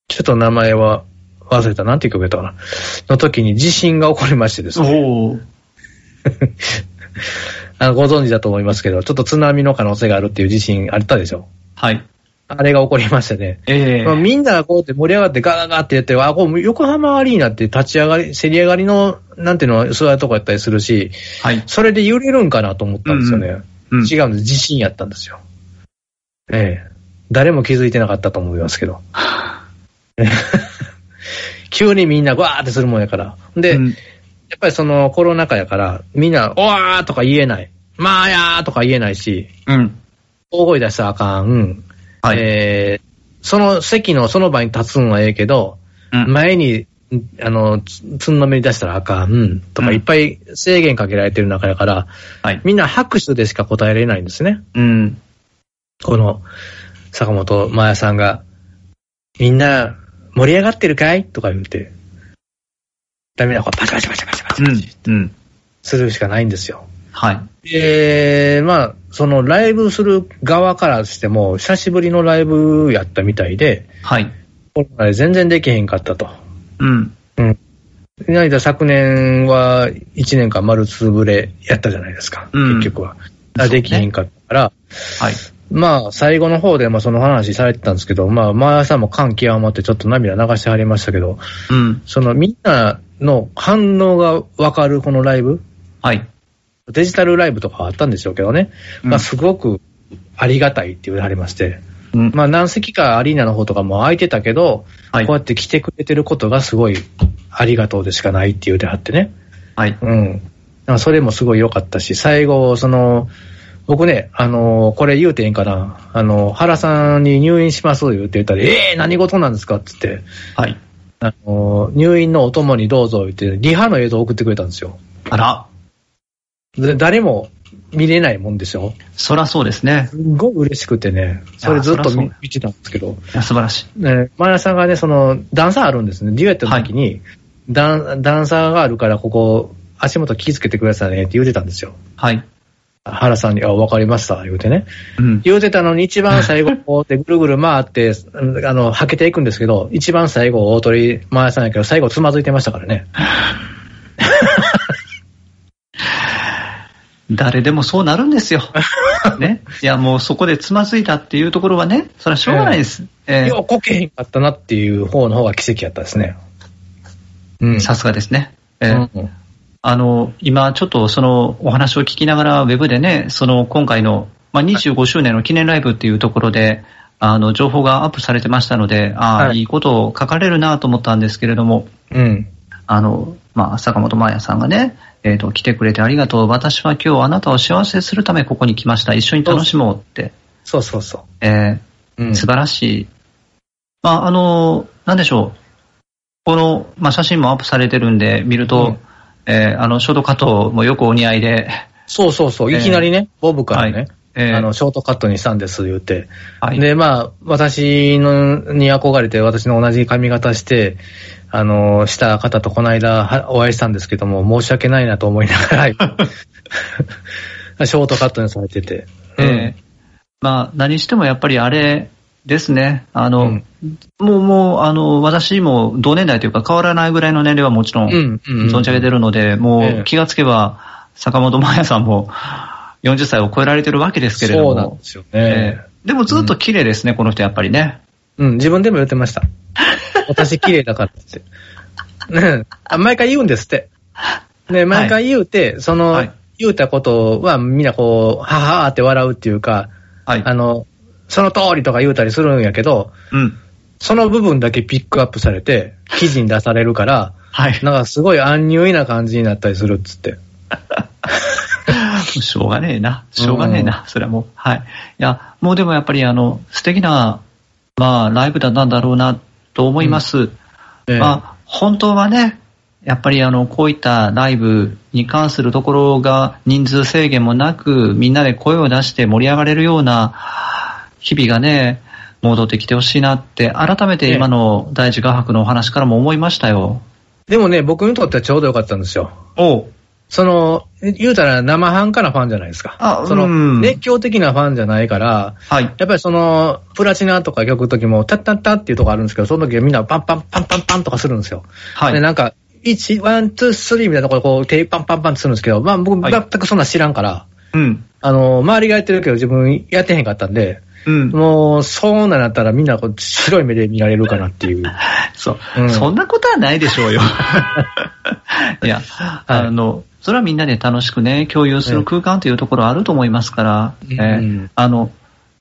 Speaker 1: ちょっと名前は忘れた、なんていう曲やったかな、の時に地震が起こりましてですね、
Speaker 2: おお。
Speaker 1: あのご存知だと思いますけど、ちょっと津波の可能性があるっていう地震あったでしょ。
Speaker 2: はい。
Speaker 1: あれが起こりましてね、
Speaker 2: ええ
Speaker 1: まあ、みんながこうやって盛り上がってガガガってやって、あ、こう横浜アリーナって立ち上がり、せり上がりの、なんていうの、そういうとこやったりするし、
Speaker 2: はい。
Speaker 1: それで揺れるんかなと思ったんですよね。
Speaker 2: うん。
Speaker 1: 違うんです。地震やったんですよ。ええ。誰も気づいてなかったと思いますけど。 (laughs) 急にみんなわーってするもんやから。で、
Speaker 2: うん
Speaker 1: やっぱりそのコロナ禍やから、みんな、おわーとか言えない。まあやーとか言えないし、
Speaker 2: うん。
Speaker 1: 大声出したらあかん。
Speaker 2: はい。
Speaker 1: えーその席のその場に立つんはええけど、
Speaker 2: うん
Speaker 1: 前に、あの、つつんのめに出したらあかん。とか、
Speaker 2: うん
Speaker 1: いっぱい制限かけられてる中やから、
Speaker 2: はい。
Speaker 1: みんな拍手でしか答えられないんですね。
Speaker 2: うん。
Speaker 1: この、坂本真綾さんが、みんな、盛り上がってるかいとか言って、ダメな、こう、パチパチパチパチパチ
Speaker 2: う
Speaker 1: パ
Speaker 2: ん
Speaker 1: チ、。
Speaker 2: うん。
Speaker 1: するしかないんですよ。
Speaker 2: はい。
Speaker 1: えー、まあ、そのライブする側からしても、久しぶりのライブやったみたいで、
Speaker 2: はい。
Speaker 1: コロナで全然できへんかったと。
Speaker 2: うん。
Speaker 1: いないだ昨年は1年間丸潰れやったじゃないですか、
Speaker 2: うん
Speaker 1: 結局は。だからできへんかったから、
Speaker 2: はい。
Speaker 1: まあ、最後の方でもその話されてたんですけど、まあ、前さんも感極まってちょっと涙流してはりましたけど、
Speaker 2: うん。
Speaker 1: そのみんなの反応がわかるこのライブ、
Speaker 2: はい。
Speaker 1: デジタルライブとかあったんでしょうけどね、
Speaker 2: うん
Speaker 1: まあ、すごくありがたいって言われまして、
Speaker 2: うん。
Speaker 1: まあ、何席かアリーナの方とかも空いてたけど、
Speaker 2: はい
Speaker 1: こう。やって来てくれてることがすごいありがとうでしかないって言うてはってね。
Speaker 2: はい。
Speaker 1: うん。だからそれもすごい良かったし、最後、その、僕ね、あの、これ言うていいんかな。あの、原さんに入院します言うて言ったら、ええー、何事なんですかって言って、
Speaker 2: はい。
Speaker 1: あの、入院のお供にどうぞ言って、リハの映像を送ってくれたんですよ。
Speaker 2: あら、
Speaker 1: で誰も見れないもんですよ。
Speaker 2: そらそうですね。
Speaker 1: すんごい嬉しくてね、それずっ
Speaker 2: いや
Speaker 1: と
Speaker 2: そり
Speaker 1: 見
Speaker 2: ゃそうだ
Speaker 1: 見てたんですけど、
Speaker 2: いや素晴らしい。
Speaker 1: ね、マヤさんがね、その、段差あるんですね。デュエットの時に、段段差があるから、ここ、足元気ぃつけてくださいねって言うてたんですよ。
Speaker 2: はい。
Speaker 1: 原さんに、あ、わかりました、言うてね。
Speaker 2: うん。
Speaker 1: 言うてたのに、一番最後、こうやってぐるぐる回って、うんあの、はけていくんですけど、一番最後、大鳥、マヤさんやけど、最後つまずいてましたからね。
Speaker 2: 誰でもそうなるん
Speaker 1: (laughs)
Speaker 2: ですよ。ね。いや、もうそこでつまずいたっていうところはね、それはしょうがないです。え
Speaker 1: ようこけへんかったなっていう方の方が奇跡やったですね。う
Speaker 2: え
Speaker 1: ん。
Speaker 2: さ
Speaker 1: す
Speaker 2: すがですね。ええ
Speaker 1: が
Speaker 2: あの、今ちょっとそのお話を聞きながら、ウェブでね、その今回の、まあ、25周年の記念ライブっていうところで、あの、情報がアップされてましたので、ああ、
Speaker 1: はい
Speaker 2: い、いことを書かれるなと思ったんですけれども、
Speaker 1: うん。
Speaker 2: あの、まあ、坂本真綾さんがね、えっ、と、来てくれてありがとう。私は今日あなたを幸せにするためここに来ました。一緒に楽しもうって。
Speaker 1: そうそうそ
Speaker 2: え
Speaker 1: う。う
Speaker 2: ー
Speaker 1: ん。
Speaker 2: 素晴らしい。まあ、あの、なんでしょう。この、まあ、写真もアップされてるんで、見ると、えーあの、ショートカットもよくお似合いで、
Speaker 1: そうそうそう。いきなりね、ボブからね。
Speaker 2: えー
Speaker 1: あの、ショートカットにしたんです、言うて。
Speaker 2: はい、
Speaker 1: で、まあ、私の、に憧れて、私の同じ髪型して、あの、した方とこの間はお会いしたんですけども、申し訳ないなと思いながら、 (laughs) ショートカットにされてて。
Speaker 2: えーまあ、何してもやっぱりあれですね。あ
Speaker 1: う
Speaker 2: の、
Speaker 1: ん
Speaker 2: もう、もう、あの、私も同年代というか変わらないぐらいの年齢はもちろん、
Speaker 1: うん。うん。
Speaker 2: 存じ上げてるので、も
Speaker 1: ええ
Speaker 2: う気がつけば、坂本真綾さんも40歳を超えられてるわけですけれども。
Speaker 1: そうなんですよね。
Speaker 2: ええでもずっと綺麗ですね、この人やっぱりね。
Speaker 1: うん、自分でも言ってました。私綺麗だからって。ねあ毎回言うんですって。ね毎回言うて、その、
Speaker 2: はい
Speaker 1: 言うたことはみんなこう、ははーって笑うっていうか、
Speaker 2: はい。
Speaker 1: あの、その通りとか言うたりするんやけど、
Speaker 2: うん。
Speaker 1: その部分だけピックアップされ
Speaker 2: (laughs)
Speaker 1: て、記事に出されるから、
Speaker 2: はい。
Speaker 1: なんかすごい安入意な感じになったりするっつって。
Speaker 2: しょうがねえな。しょうがねえな。それはもう。はい。いや、もうでもやっぱりあの、素敵な、まあ、ライブだったんだろうな、と思います。
Speaker 1: ね
Speaker 2: まあ、本当はね、やっぱりあの、こういったライブに関するところが人数制限もなく、みんなで声を出して盛り上がれるような日々がね、戻ってきてほしいなって、改めて今の第一画伯のお話からも思いましたよ。
Speaker 1: でもね、僕にとってはちょうどよかったんですよ。
Speaker 2: おう
Speaker 1: その、言うたら生半可なファンじゃないですか。
Speaker 2: あ
Speaker 1: そうの、
Speaker 2: ん
Speaker 1: 熱狂的なファンじゃないから、
Speaker 2: はい。
Speaker 1: やっぱりその、プラチナとか曲の時も、タッタッタっていうとこあるんですけど、その時はみんなパンパンパンパンパンとかするんですよ。
Speaker 2: はい。
Speaker 1: で、なんか、1、1、2、3みたいなところこう、手パンパンパンってするんですけど、まあ僕、
Speaker 2: はい
Speaker 1: 全くそんなん知らんから、
Speaker 2: うん。
Speaker 1: あの、周りがやってるけど自分やってへんかったんで、
Speaker 2: うん。
Speaker 1: もう、そうなんやったらみんなこう、白い目で見られるかな
Speaker 2: (laughs)
Speaker 1: っていう。
Speaker 2: そう、
Speaker 1: うん
Speaker 2: そんなことはないでしょ
Speaker 1: (laughs)
Speaker 2: うよ。いや、あの、それはみんなで楽しくね、共有する空間というところあると思いますから、
Speaker 1: う
Speaker 2: え
Speaker 1: ん
Speaker 2: ーあの、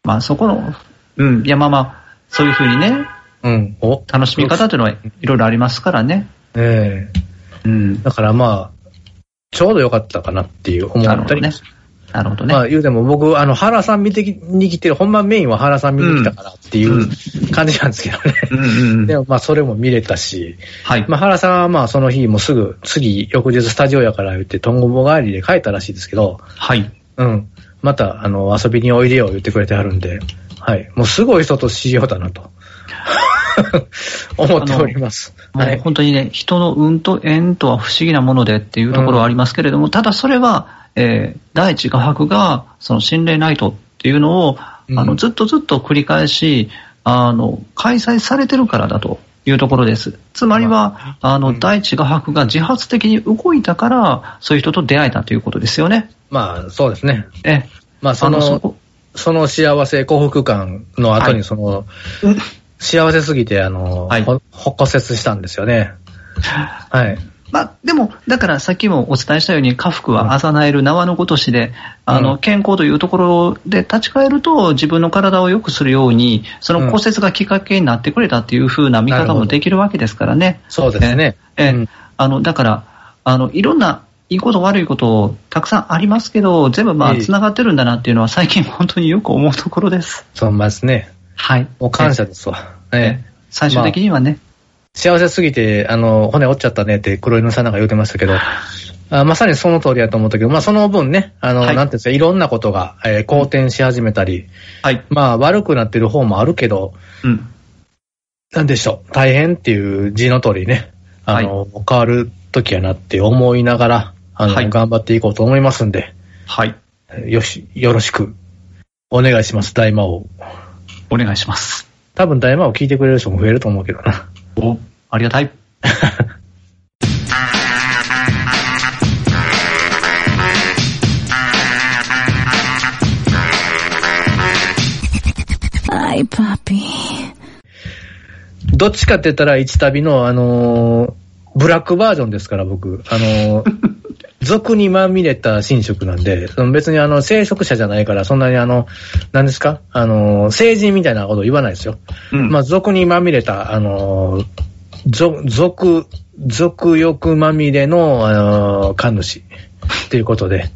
Speaker 2: まあそこの、うん、いやまあまあ、そういうふうにね、
Speaker 1: うん。お
Speaker 2: 楽しみ方というのはいろいろありますからね。
Speaker 1: ええ
Speaker 2: うん。
Speaker 1: だからまあ、ちょうどよかったかなっていう思
Speaker 2: なる
Speaker 1: った
Speaker 2: ほど
Speaker 1: り。
Speaker 2: ね。なるほどね。
Speaker 1: まあ言うても僕、あの、原さん見てき、に来て、ほんまメインは原さん見に来たからっていううん感じなんですけどね。
Speaker 2: うんうんうん
Speaker 1: でもまあそれも見れたし、
Speaker 2: はい。
Speaker 1: まあ原さんはまあその日もすぐ、次、翌日スタジオやから言って、トンボボ帰りで帰ったらしいですけど、
Speaker 2: はい。
Speaker 1: うん。また、あの、遊びにおいでよ言ってくれてはるんで、はい。もうすごい人と知り合うだなと。 (laughs) 思っております。は
Speaker 2: もう
Speaker 1: い。
Speaker 2: 本当にね、人の運と縁とは不思議なものでっていうところはありますけれども、ただそれは、えー第一画伯が、その心霊ナイトっていうのを、
Speaker 1: うん
Speaker 2: あの、ずっとずっと繰り返し、あの、開催されてるからだというところです。つまりは、あ
Speaker 1: う
Speaker 2: の、
Speaker 1: ん
Speaker 2: 第一画伯が自発的に動いたから、そういう人と出会えたということですよね。
Speaker 1: まあそうですね。
Speaker 2: え、
Speaker 1: まあそ
Speaker 2: あの、そ
Speaker 1: の、
Speaker 2: こ、
Speaker 1: その幸せ、幸福感の後
Speaker 2: は
Speaker 1: に
Speaker 2: い
Speaker 1: その、幸せすぎて、あの、
Speaker 2: はい
Speaker 1: ほ骨折したんですよ
Speaker 2: (laughs)
Speaker 1: ね。はい。
Speaker 2: まあ、でも、だからさっきもお伝えしたように、家福はあざなえる縄のごとしで、あ
Speaker 1: う
Speaker 2: の、
Speaker 1: ん
Speaker 2: 健康というところで立ち返ると、自分の体を良くするように、その骨折がきっかけになってくれたっていう風な見
Speaker 1: なる
Speaker 2: 方
Speaker 1: ほど
Speaker 2: もできるわけですからね。
Speaker 1: そうですね。
Speaker 2: ええ
Speaker 1: うん
Speaker 2: あの、だから、あの、いろんな、いいこと悪いこと、たくさんありますけど、全部まあ、
Speaker 1: ええ
Speaker 2: 繋がってるんだなっていうのは、最近本当によく思うところです。
Speaker 1: そうまですね。
Speaker 2: はい。
Speaker 1: もう感謝ですわ。
Speaker 2: ええ。
Speaker 1: ええ
Speaker 2: 最終的にはね、
Speaker 1: 幸せすぎて、あの、骨折っちゃったねって黒犬さんなんか言うてましたけど、
Speaker 2: (laughs)
Speaker 1: あまさにその通りだと思ったけど、まあその分ね、あの、
Speaker 2: はい
Speaker 1: なんていうんですか、いろんなことが、えー好転し始めたり、
Speaker 2: はい。
Speaker 1: まあ悪くなってる方もあるけど、
Speaker 2: うん。
Speaker 1: なんでしょう、大変っていう字の通りね、あの、変わる時やなって思いながら、あの、
Speaker 2: はい
Speaker 1: 頑張っていこうと思いますんで、
Speaker 2: はい。
Speaker 1: よし、よろしく、お願いします、大魔王。
Speaker 2: お願いします。
Speaker 1: 多分大魔王聞いてくれる人も増えると思うけどな。
Speaker 2: お、ありがたい。
Speaker 3: Ay, papi.
Speaker 1: どっちかって言ったら、一旅の、あのーブラックバージョンですから、僕。あの
Speaker 2: (laughs)
Speaker 1: ー俗にまみれた新職なんで、その別にあの、聖職者じゃないから、そんなにあの、何ですかあのー成人みたいなこと言わないですよ。
Speaker 2: うん
Speaker 1: まあ、俗にまみれた、あのー、ぞ俗、俗欲まみれの、あのー神主。ということで、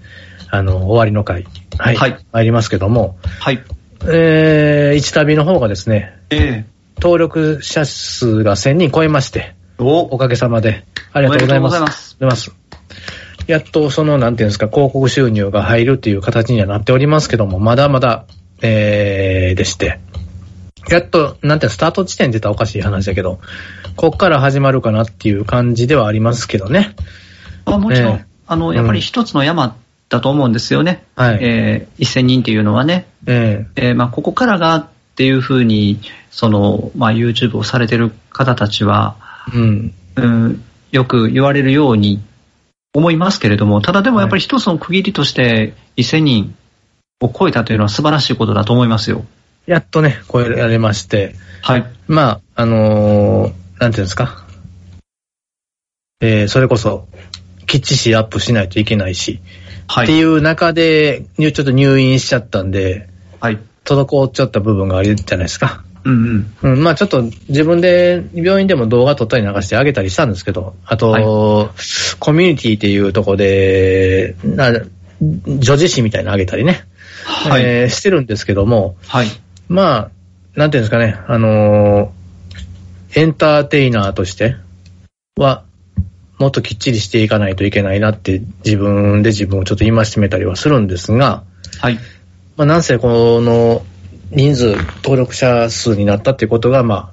Speaker 1: あのー終わりの回。はい。
Speaker 2: はい
Speaker 1: 参りますけども、
Speaker 2: はい。
Speaker 1: えー、一旅の方がですね、
Speaker 2: ええ
Speaker 1: 登録者数が1000人超えまして、お
Speaker 2: お
Speaker 1: かげさまで。ありがとうございます。
Speaker 2: おめでとうございます
Speaker 1: 出ます。やっとその、なんていうんですか、広告収入が入るっていう形にはなっておりますけども、まだまだ、えー、でして。やっと、なんていうのスタート地点で言ったらおかしい話だけど、こっから始まるかなっていう感じではありますけどね。
Speaker 2: あもちろん、
Speaker 1: ええ
Speaker 2: あの、やっぱり一つの山だと思うんですよね。
Speaker 1: はい
Speaker 2: えー、1000人っていうのはね、
Speaker 1: え
Speaker 2: えーまあ、ここからがっていうふうに、その、まあ、YouTube をされてる方たちは、
Speaker 1: えうん。
Speaker 2: うん、よく言われるように思いますけれども、ただでもやっぱり一つの区切りとして1000人を超えたというのは素晴らしいことだと思いますよ。
Speaker 1: やっとね、超えられまして、
Speaker 2: はい。
Speaker 1: まあ、あのーなんていうんですか。えー、それこそ、きっちしアップしないといけないし、
Speaker 2: は
Speaker 1: ってい
Speaker 2: い。
Speaker 1: う中で、入ちょっと入院しちゃったんで、
Speaker 2: はい。
Speaker 1: 滞っちゃった部分があるじゃないですか。
Speaker 2: うんうん。
Speaker 1: うん、まあちょっと自分で病院でも動画撮ったりなんかしてあげたりしたんですけど、あと、
Speaker 2: はい
Speaker 1: コミュニティっていうとこで、な女児誌みたいなのあげたりね、
Speaker 2: はい。
Speaker 1: えーしてるんですけども、
Speaker 2: はい。
Speaker 1: まあ、なんていうんですかね、あのーエンターテイナーとしては、もっときっちりしていかないといけないなって自分で自分をちょっと今しめたりはするんですが、
Speaker 2: はい。
Speaker 1: まあ、なんせこの人数、登録者数になったっていうことが、まあ、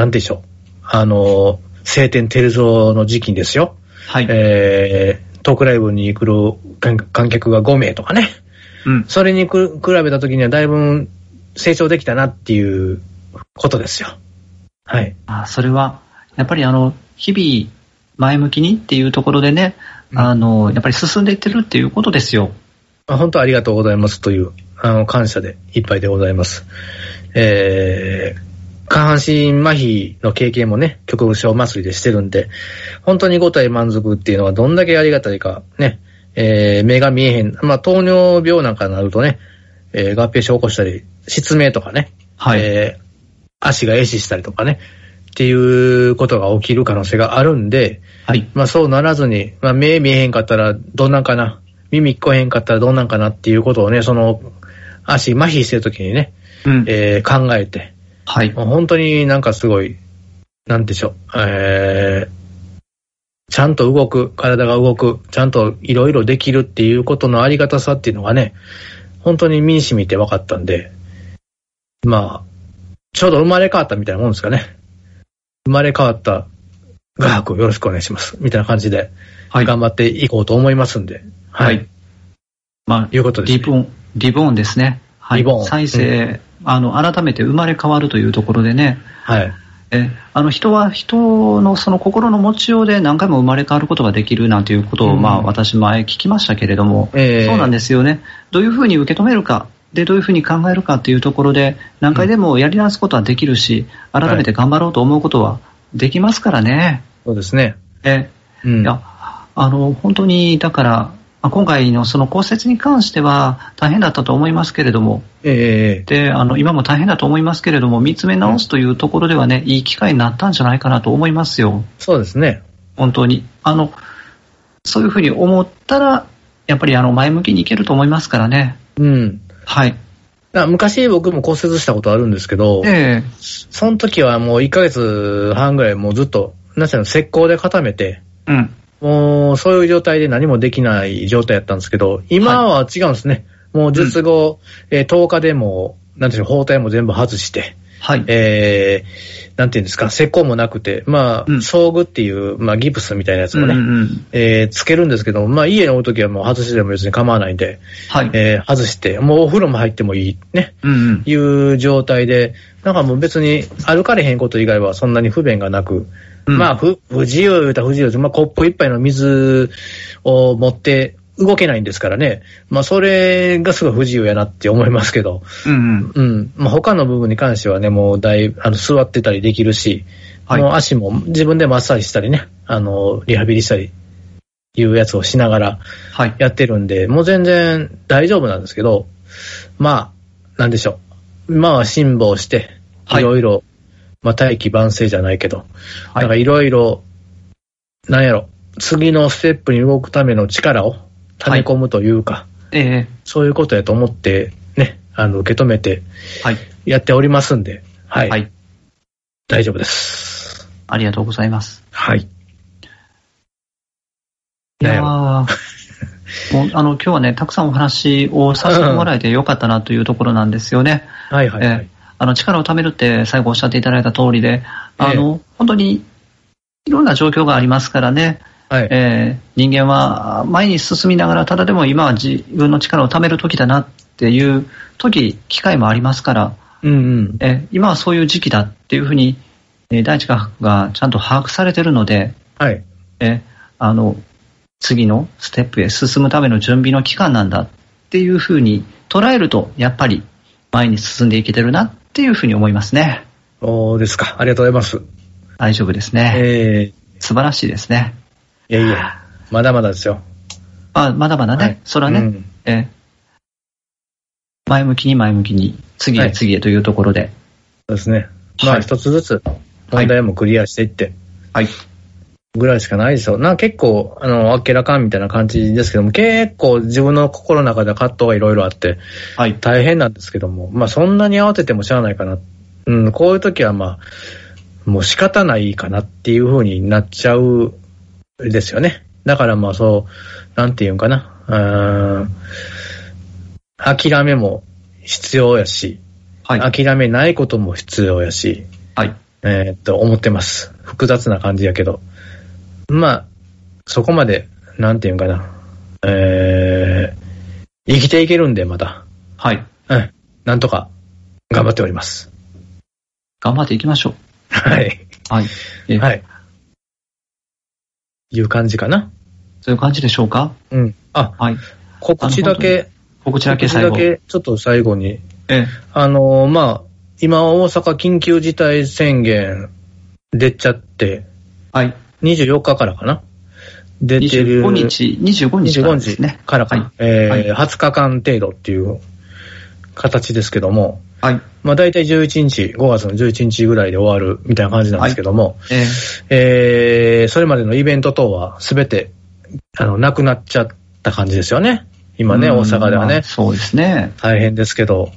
Speaker 1: なんでしょう。あのー、晴天照蔵の時期ですよ。
Speaker 2: はい。
Speaker 1: えー、トークライブに来る観観客が5名とかね。
Speaker 2: うん。
Speaker 1: それにく比べた時にはだいぶ成長できたなっていうことですよ。はい。
Speaker 2: あそれは、やっぱりあの、日々、前向きにっていうところでね、
Speaker 1: うん
Speaker 2: あの、やっぱり進んでいってるっていうことですよ。
Speaker 1: まあ本当ありがとうございますという、あの、感謝でいっぱいでございます。えー、下半身麻痺の経験もね、局部症麻酔でしてるんで、本当に五体満足っていうのはどんだけありがたいか、ね、えー、目が見えへん、まあ、糖尿病なんかになるとね、えー、合併症を起こしたり、失明とかね、
Speaker 2: はい。
Speaker 1: えー足が壊死したりとかね、っていうことが起きる可能性があるんで、
Speaker 2: はい。
Speaker 1: まあそうならずに、まあ目見えへんかったらどんなんかな、耳聞こえへんかったらどんなんかなっていうことをね、その足麻痺してるときにね、
Speaker 2: うん。
Speaker 1: えー考えて、
Speaker 2: はい。
Speaker 1: もう本当になんかすごい、なんでしょう、えー、ちゃんと動く、体が動く、ちゃんといろいろできるっていうことのありがたさっていうのがね、本当に身に染みて分かったんで、まあ、ちょうど生まれ変わったみたいなもんですかね。生まれ変わった画伯よろしくお願いします。みたいな感じで、
Speaker 2: はい。
Speaker 1: 頑張っていこうと思いますんで。
Speaker 2: は
Speaker 1: はい。
Speaker 2: い。まあ、
Speaker 1: いうことですね
Speaker 2: リボン、リボーンですね。はい。
Speaker 1: リボーン
Speaker 2: 再生、あの、改めて生まれ変わるというところでね、
Speaker 1: はい。
Speaker 2: え、あの、人は人のその心の持ちようで何回も生まれ変わることができるなんていうことを、
Speaker 1: うん
Speaker 2: まあ、私前聞きましたけれども、
Speaker 1: え
Speaker 2: そうなんですよね。どういうふうに受け止めるか、で、どういうふうに考えるかっていうところで、何回でもやり直すことはできるし、改めて頑張ろうと思うことはできますからね。
Speaker 1: そうですね。
Speaker 2: え、
Speaker 1: うん。
Speaker 2: いや、あの、本当に、だから、まあ今回のその降雪に関しては大変だったと思いますけれども、
Speaker 1: ええ
Speaker 2: で、あの、今も大変だと思いますけれども、見つめ直すというところではね、いい機会になったんじゃないかなと思いますよ。
Speaker 1: そうですね。
Speaker 2: 本当に。あの、そういうふうに思ったら、やっぱりあの、前向きにいけると思いますからね。
Speaker 1: うん。
Speaker 2: はい。
Speaker 1: あ昔僕も骨折したことあるんですけど、
Speaker 2: ええ
Speaker 1: その時はもう1ヶ月半ぐらいもうずっと、なんせの石膏で固めて、
Speaker 2: うん。
Speaker 1: もうそういう状態で何もできない状態やったんですけど、今は違うんですね。もう術後、えー10日でもう、なんていうの、包帯も全部外して、
Speaker 2: はい。
Speaker 1: えー、なんていうんですか、石膏もなくて、まあ、
Speaker 2: うん
Speaker 1: 装具っていう、まあ、ギプスみたいなやつもね、
Speaker 2: うんうん。
Speaker 1: えーつけるんですけど、まあ、家におるときはもう外してでも別に構わないんで、
Speaker 2: はい。
Speaker 1: えー外して、もうお風呂も入ってもいい、ね、
Speaker 2: うんうん。
Speaker 1: いう状態で、なんかもう別に歩かれへんこと以外はそんなに不便がなく、
Speaker 2: うん
Speaker 1: まあ、不、不自由言うたら不自由です。まあ、コップ一杯の水を持って動けないんですからね。まあ、それがすごい不自由やなって思いますけど。
Speaker 2: うんうん。
Speaker 1: うん。まあ、他の部分に関してはね、もうだいぶ、あの、座ってたりできるし、
Speaker 2: はい
Speaker 1: もう足も自分でマッサージしたりね、あの、リハビリしたり、いうやつをしながら
Speaker 2: はい。
Speaker 1: やってるんで、もう全然大丈夫なんですけど、まあ、なんでしょう。まあ、辛抱して、
Speaker 2: はい
Speaker 1: いろいろ、まあ、大器晩成じゃないけど、
Speaker 2: は
Speaker 1: なんか
Speaker 2: い。
Speaker 1: いろいろ、なんやろ、次のステップに動くための力を溜め込むというか、
Speaker 2: え
Speaker 1: そういうことやと思って、ね、あの、受け止めて
Speaker 2: えはい。
Speaker 1: やっておりますんで、はい。
Speaker 2: はい。
Speaker 1: 大丈夫です。
Speaker 2: ありがとうございます。
Speaker 1: はい。
Speaker 2: いやー、
Speaker 1: ね
Speaker 2: もうあの、今日はね、たくさんお話をさせてもらえてよかったなというところなんですよね。
Speaker 1: はいはい、はい
Speaker 2: えーあの、力を貯めるって最後おっしゃっていただいた通りで、あの、本当にいろんな状況がありますからね、
Speaker 1: はい。
Speaker 2: えー人間は前に進みながら、ただでも今は自分の力を貯める時だなっていう時、機会もありますから、
Speaker 1: うんうん。
Speaker 2: えー今はそういう時期だっていうふうに、えー第一科学がちゃんと把握されてるので、
Speaker 1: はい。
Speaker 2: え、あの、次のステップへ進むための準備の期間なんだっていうふうに捉えると、やっぱり前に進んでいけてるなっていうふうに思いますね。
Speaker 1: そうですか。ありがとうございます。
Speaker 2: 大丈夫ですね。
Speaker 1: え
Speaker 2: 素晴らしいですね。
Speaker 1: えいやいや、まだまだですよ。
Speaker 2: まあ、まだまだね、
Speaker 1: はい
Speaker 2: それはね、
Speaker 1: うん
Speaker 2: え、前向きに前向きに、次
Speaker 1: は
Speaker 2: へ
Speaker 1: い
Speaker 2: 次へというところで、
Speaker 1: そうですね。ま
Speaker 2: は
Speaker 1: あ
Speaker 2: い
Speaker 1: 一つずつ
Speaker 2: はい
Speaker 1: 問題もクリアしていって
Speaker 2: はい、
Speaker 1: ぐらいしかないですよ。なんか結構、あの、あっけらかんみたいな感じですけども、結構自分の心の中で葛藤がいろいろあって
Speaker 2: はい、
Speaker 1: 大変なんですけども、まあそんなに慌ててもしゃあないかな。うん、こういう時はまあ、もう仕方ないかなっていう風になっちゃうですよね。だからまあそう、なんていうんかな。うーん、諦めも必要やし、
Speaker 2: はい、
Speaker 1: 諦めないことも必要やし、
Speaker 2: はい、
Speaker 1: えーっと、思ってます。複雑な感じやけど。まあ、そこまで、なんていうんかな。えー、生きていけるんで、また。
Speaker 2: はい、
Speaker 1: うん。なんとか、頑張っております。
Speaker 2: 頑張っていきましょう。
Speaker 1: はい。
Speaker 2: はい、え
Speaker 1: はい。いう感じかな。
Speaker 2: そういう感じでしょうか
Speaker 1: うん。あ、
Speaker 2: はい、
Speaker 1: 告知だけ、
Speaker 2: こちらけ
Speaker 1: 告知
Speaker 2: 最
Speaker 1: だ
Speaker 2: 後。
Speaker 1: け、ちょっと最後に。
Speaker 2: ええ
Speaker 1: あのーまあ、今大阪緊急事態宣言出ちゃって、
Speaker 2: はい、
Speaker 1: 24日からかな出てる。
Speaker 2: 25日、25日からですね。
Speaker 1: からか、
Speaker 2: はい
Speaker 1: えー
Speaker 2: はい
Speaker 1: 20日間程度っていう形ですけども、
Speaker 2: はい。
Speaker 1: まあ大体11日、5月の11日ぐらいで終わるみたいな感じなんですけども、
Speaker 2: えー
Speaker 1: えー、それまでのイベント等はすべて、あの、なくなっちゃった感じですよね。今ね、
Speaker 2: うん
Speaker 1: 大阪では
Speaker 2: ま
Speaker 1: ね
Speaker 2: あ。そうですね。
Speaker 1: 大変ですけど、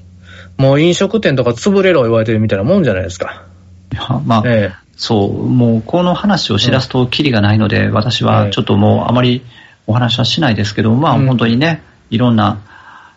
Speaker 1: もう飲食店とか潰れろ言われてるみたいなもんじゃないですか。
Speaker 2: いやまあ、
Speaker 1: え
Speaker 2: そう、もうこの話を知らすとキリがないので、私はちょっともうあまりお話はしないですけど、まあ
Speaker 1: うん
Speaker 2: 本当にね、いろんな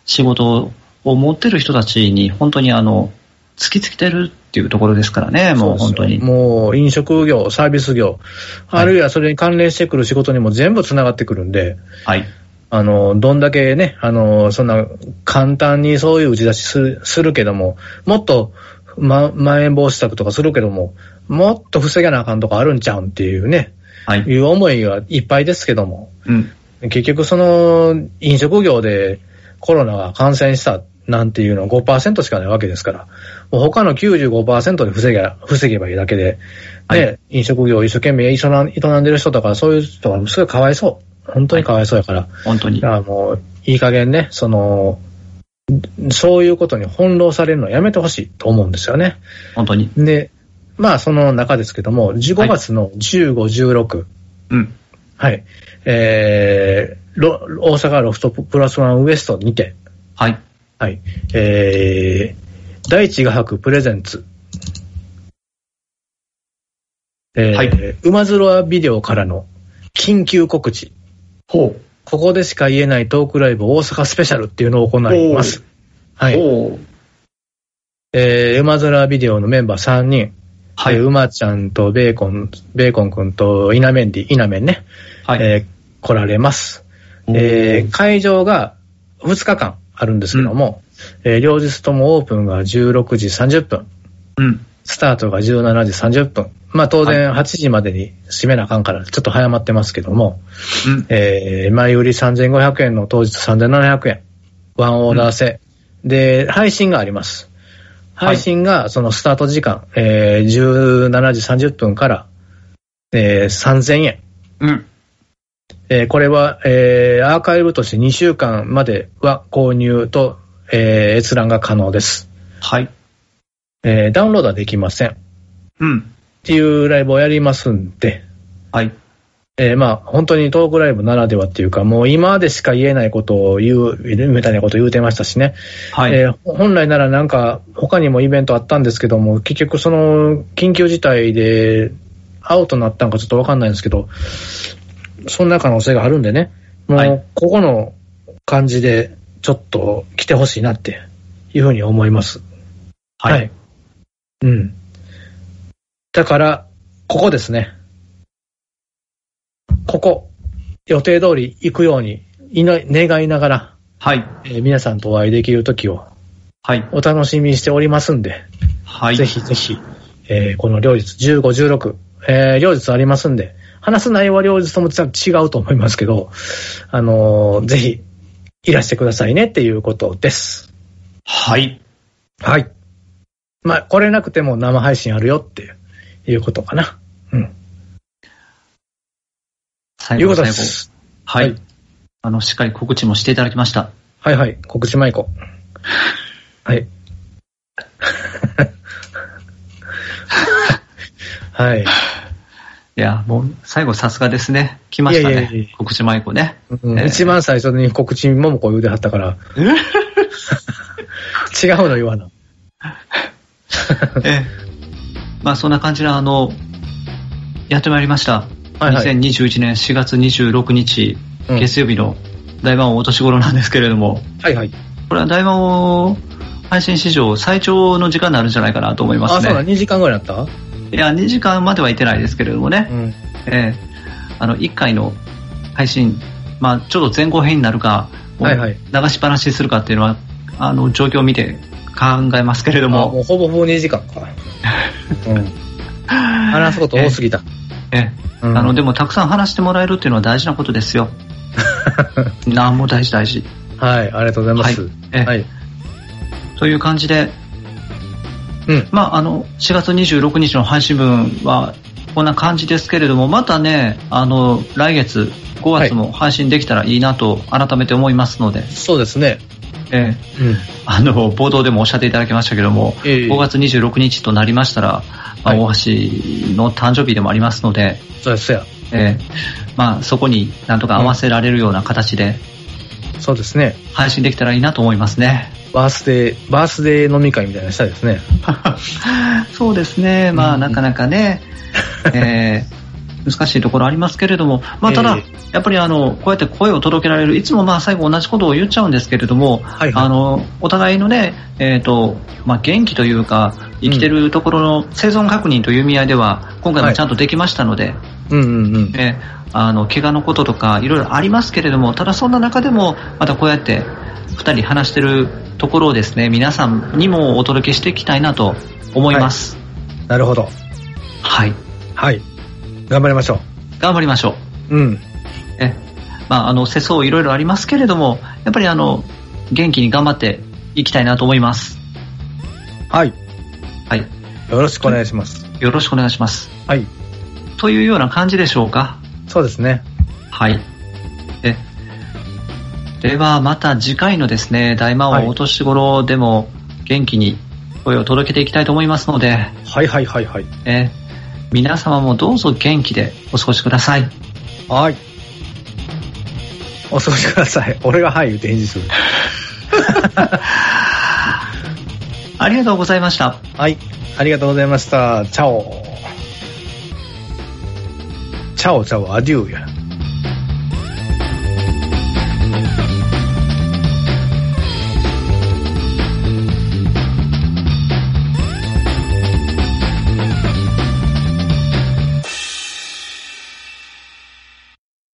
Speaker 2: 仕事を持ってる人たちに本当にあの、突きつけてるっていうところですからね、
Speaker 1: え
Speaker 2: もう本当に。
Speaker 1: もう飲食業、サービス業、
Speaker 2: はい
Speaker 1: あるいはそれに関連してくる仕事にも全部繋がってくるんで、
Speaker 2: はい。
Speaker 1: あの、どんだけね、あの、そんな簡単にそういう打ち出しするするけども、もっと、ま、まん延防止策とかするけども、もっと防げなあかんとかあるんちゃうんっていうね、
Speaker 2: はい。
Speaker 1: いう思いはいっぱいですけども、
Speaker 2: うん。
Speaker 1: 結局その飲食業でコロナが感染したなんていうのは5%しかないわけですから、もう他の95%で防げ防げばいいだけで、
Speaker 2: は
Speaker 1: ね飲食業を一生懸命営ん営んでる人とか、そういう人はすごいかわいそう。本当にかわいそうやから。
Speaker 2: 本当に。
Speaker 1: だからもう、いい加減ね、その、そういうことに翻弄されるのはやめてほしいと思うんですよね。
Speaker 2: 本当に。
Speaker 1: で、まあその中ですけども、15月の15、16、
Speaker 2: うん。
Speaker 1: はい。えー、ロ大阪ロフトプラスワンウエストにて、
Speaker 2: はい。
Speaker 1: はい。えー、第一画伯プレゼンツ。えー、
Speaker 2: はい
Speaker 1: 馬ズロアビデオからの緊急告知。
Speaker 2: ほう。
Speaker 1: ここでしか言えないトークライブ大阪スペシャルっていうのを行います。はい。
Speaker 2: ほう。
Speaker 1: えー、馬ズロアビデオのメンバー3人。
Speaker 2: は
Speaker 1: え
Speaker 2: い
Speaker 1: ー。馬ちゃんとベーコン、ベーコンくんとイナメンディ、イナメンね。
Speaker 2: はい。
Speaker 1: えー来られます。えー会場が2日間あるんですけども、えー両日ともオープンが16時30分、
Speaker 2: うん。
Speaker 1: スタートが17時30分。まあ当然8時までに閉めなあかんから、ちょっと早まってますけども、
Speaker 2: うん。
Speaker 1: えー前売り3500円の当日3700円、ワンオーダー制。で、配信があります。
Speaker 2: はい
Speaker 1: 配信がそのスタート時間、えー17時30分から、えー3000円。
Speaker 2: うん。
Speaker 1: えーこれは、えーアーカイブとして2週間までは購入と、えー閲覧が可能です。
Speaker 2: はい。
Speaker 1: えーダウンロードはできません。っ
Speaker 2: うん。
Speaker 1: ていうライブをやりますんで、
Speaker 2: はい。
Speaker 1: えーまあ、本当にトークライブならではっていうか、もう今でしか言えないことを言う、みたいなことを言うてましたしね。
Speaker 2: はい。
Speaker 1: えー本来ならなんか他にもイベントあったんですけども、結局その緊急事態でアウトになったんかちょっとわかんないんですけど、そんな可能性があるんでね、も
Speaker 2: は
Speaker 1: う
Speaker 2: い
Speaker 1: ここの感じでちょっと来てほしいなっていうふうに思います。
Speaker 2: はい。
Speaker 1: うん。だから、ここですね。ここ、予定通り行くように祈願いながら、
Speaker 2: はい。
Speaker 1: えー皆さんとお会いできる時を
Speaker 2: はい。
Speaker 1: お楽しみにしておりますんで、
Speaker 2: はい。
Speaker 1: ぜひぜひ、えーこの両日15、16、えー両日ありますんで、話す内容は両日とも違うと思いますけど、あのーぜひ、いらしてくださいねっていうことです。
Speaker 2: はい。
Speaker 1: はい。まあ、これなくても生配信あるよっていういうことかな。うん。
Speaker 2: 最
Speaker 1: いう
Speaker 2: 後
Speaker 1: こと
Speaker 2: 最
Speaker 1: で
Speaker 2: 後。
Speaker 1: す。
Speaker 2: はい、
Speaker 1: はい
Speaker 2: あの、しっかり告知もしていただきました。
Speaker 1: はいはい。告知舞子。 (laughs) はい。はい。
Speaker 2: いや、もう、最後さすがですね。来ましたね。
Speaker 1: いやいやいやいや
Speaker 2: 告知舞子ね。
Speaker 1: うん
Speaker 2: えー
Speaker 1: 一番最初に告知ももこ言うてはったから、違うの言わな。
Speaker 2: ええまあ、そんな感じで、あの、やってまいりました。
Speaker 1: はいはい
Speaker 2: 2021年4月26日、
Speaker 1: うん
Speaker 2: 月曜日の大盤王お年頃なんですけれども、
Speaker 1: はいはい。
Speaker 2: これは大盤王配信史上最長の時間になるんじゃないかなと思いま
Speaker 1: あ、
Speaker 2: す
Speaker 1: そうだ、
Speaker 2: ね。
Speaker 1: 2時間ぐらいだっ
Speaker 2: いや、2時間まではいってないですけれどもね
Speaker 1: た。うん。
Speaker 2: ええあの、1回の配信、まあ、ちょっと前後編になるか、もう
Speaker 1: はいはい
Speaker 2: 流しっぱなしするかっていうのは、あの、状況を見て考えますけれど
Speaker 1: もう
Speaker 2: も、
Speaker 1: ほぼほぼ2時間
Speaker 2: (laughs)
Speaker 1: か。うん。話すこと多すぎた。
Speaker 2: ええ
Speaker 1: うん
Speaker 2: (laughs) あの、でもたくさん話してもらえるっていうのは大事なことで
Speaker 1: (laughs)
Speaker 2: すよ。なんも大事大事。
Speaker 1: はい、ありがとうございます。
Speaker 2: ええ
Speaker 1: はい。
Speaker 2: という感じで、
Speaker 1: うん。
Speaker 2: まあ、あの、4月26日の配信分は、こんな感じですけれども、またね、あの、来月、5月も配信できたらいいなと改めて思いますので、
Speaker 1: そうですね。
Speaker 2: ええ
Speaker 1: うん。
Speaker 2: あの、冒頭でもおっしゃっていただきましたけども、
Speaker 1: ええ
Speaker 2: 5月26日となりましたら、ま
Speaker 1: は
Speaker 2: あ
Speaker 1: い
Speaker 2: 大橋の誕生日でもありますので、
Speaker 1: そうですや。
Speaker 2: ええまあ、そこになんとか合わせられるような形で
Speaker 1: そうですね。
Speaker 2: 配信できたらいいなと思いますね。
Speaker 1: バースデー、バースデー飲み会みたいなのしたいですね。
Speaker 2: そうですね、まあ、
Speaker 1: うん
Speaker 2: なかなかね、
Speaker 1: (laughs)
Speaker 2: えー難しいところありますけれども、まあ、ただ、
Speaker 1: え
Speaker 2: やっぱりあのこうやって声を届けられる、いつもまあ最後同じことを言っちゃうんですけれども、
Speaker 1: はいはい
Speaker 2: あのお互いのね、えーとまあ、元気というか、生きてるところの生存確認という意味合いでは、今回もちゃんとできましたので、
Speaker 1: うんうんうん。
Speaker 2: ねあの怪我のこととかいろいろありますけれども、ただそんな中でも、またこうやって2人話してるところをですね、皆さんにもお届けしていきたいなと思います。
Speaker 1: なるほど。
Speaker 2: はい。
Speaker 1: はい。頑張りましょ
Speaker 2: 頑張りましょ
Speaker 1: う。うん。
Speaker 2: う。ねまあ、あの、世相いろいろありますけれども、やっぱりあの、元気に頑張っていきたいなと思います。
Speaker 1: はい。
Speaker 2: はい。
Speaker 1: よろしくお願いします。
Speaker 2: よろしくお願いします。
Speaker 1: はい。
Speaker 2: というような感じでしょうか。
Speaker 1: そうですね。
Speaker 2: はい。えでは、また次回のですね、大魔
Speaker 1: はい
Speaker 2: 王お年頃でも元気に声を届けていきたいと思いますので、
Speaker 1: はいはいはいはい。
Speaker 2: え皆様もどうぞ元気でお過ごしください。
Speaker 1: はい。お過ごしください。 (laughs) 俺がはい言って返事する。
Speaker 2: ありがとうございました。
Speaker 1: はい。ありがとうございました。チャオ。チャオチャオ、アデューや。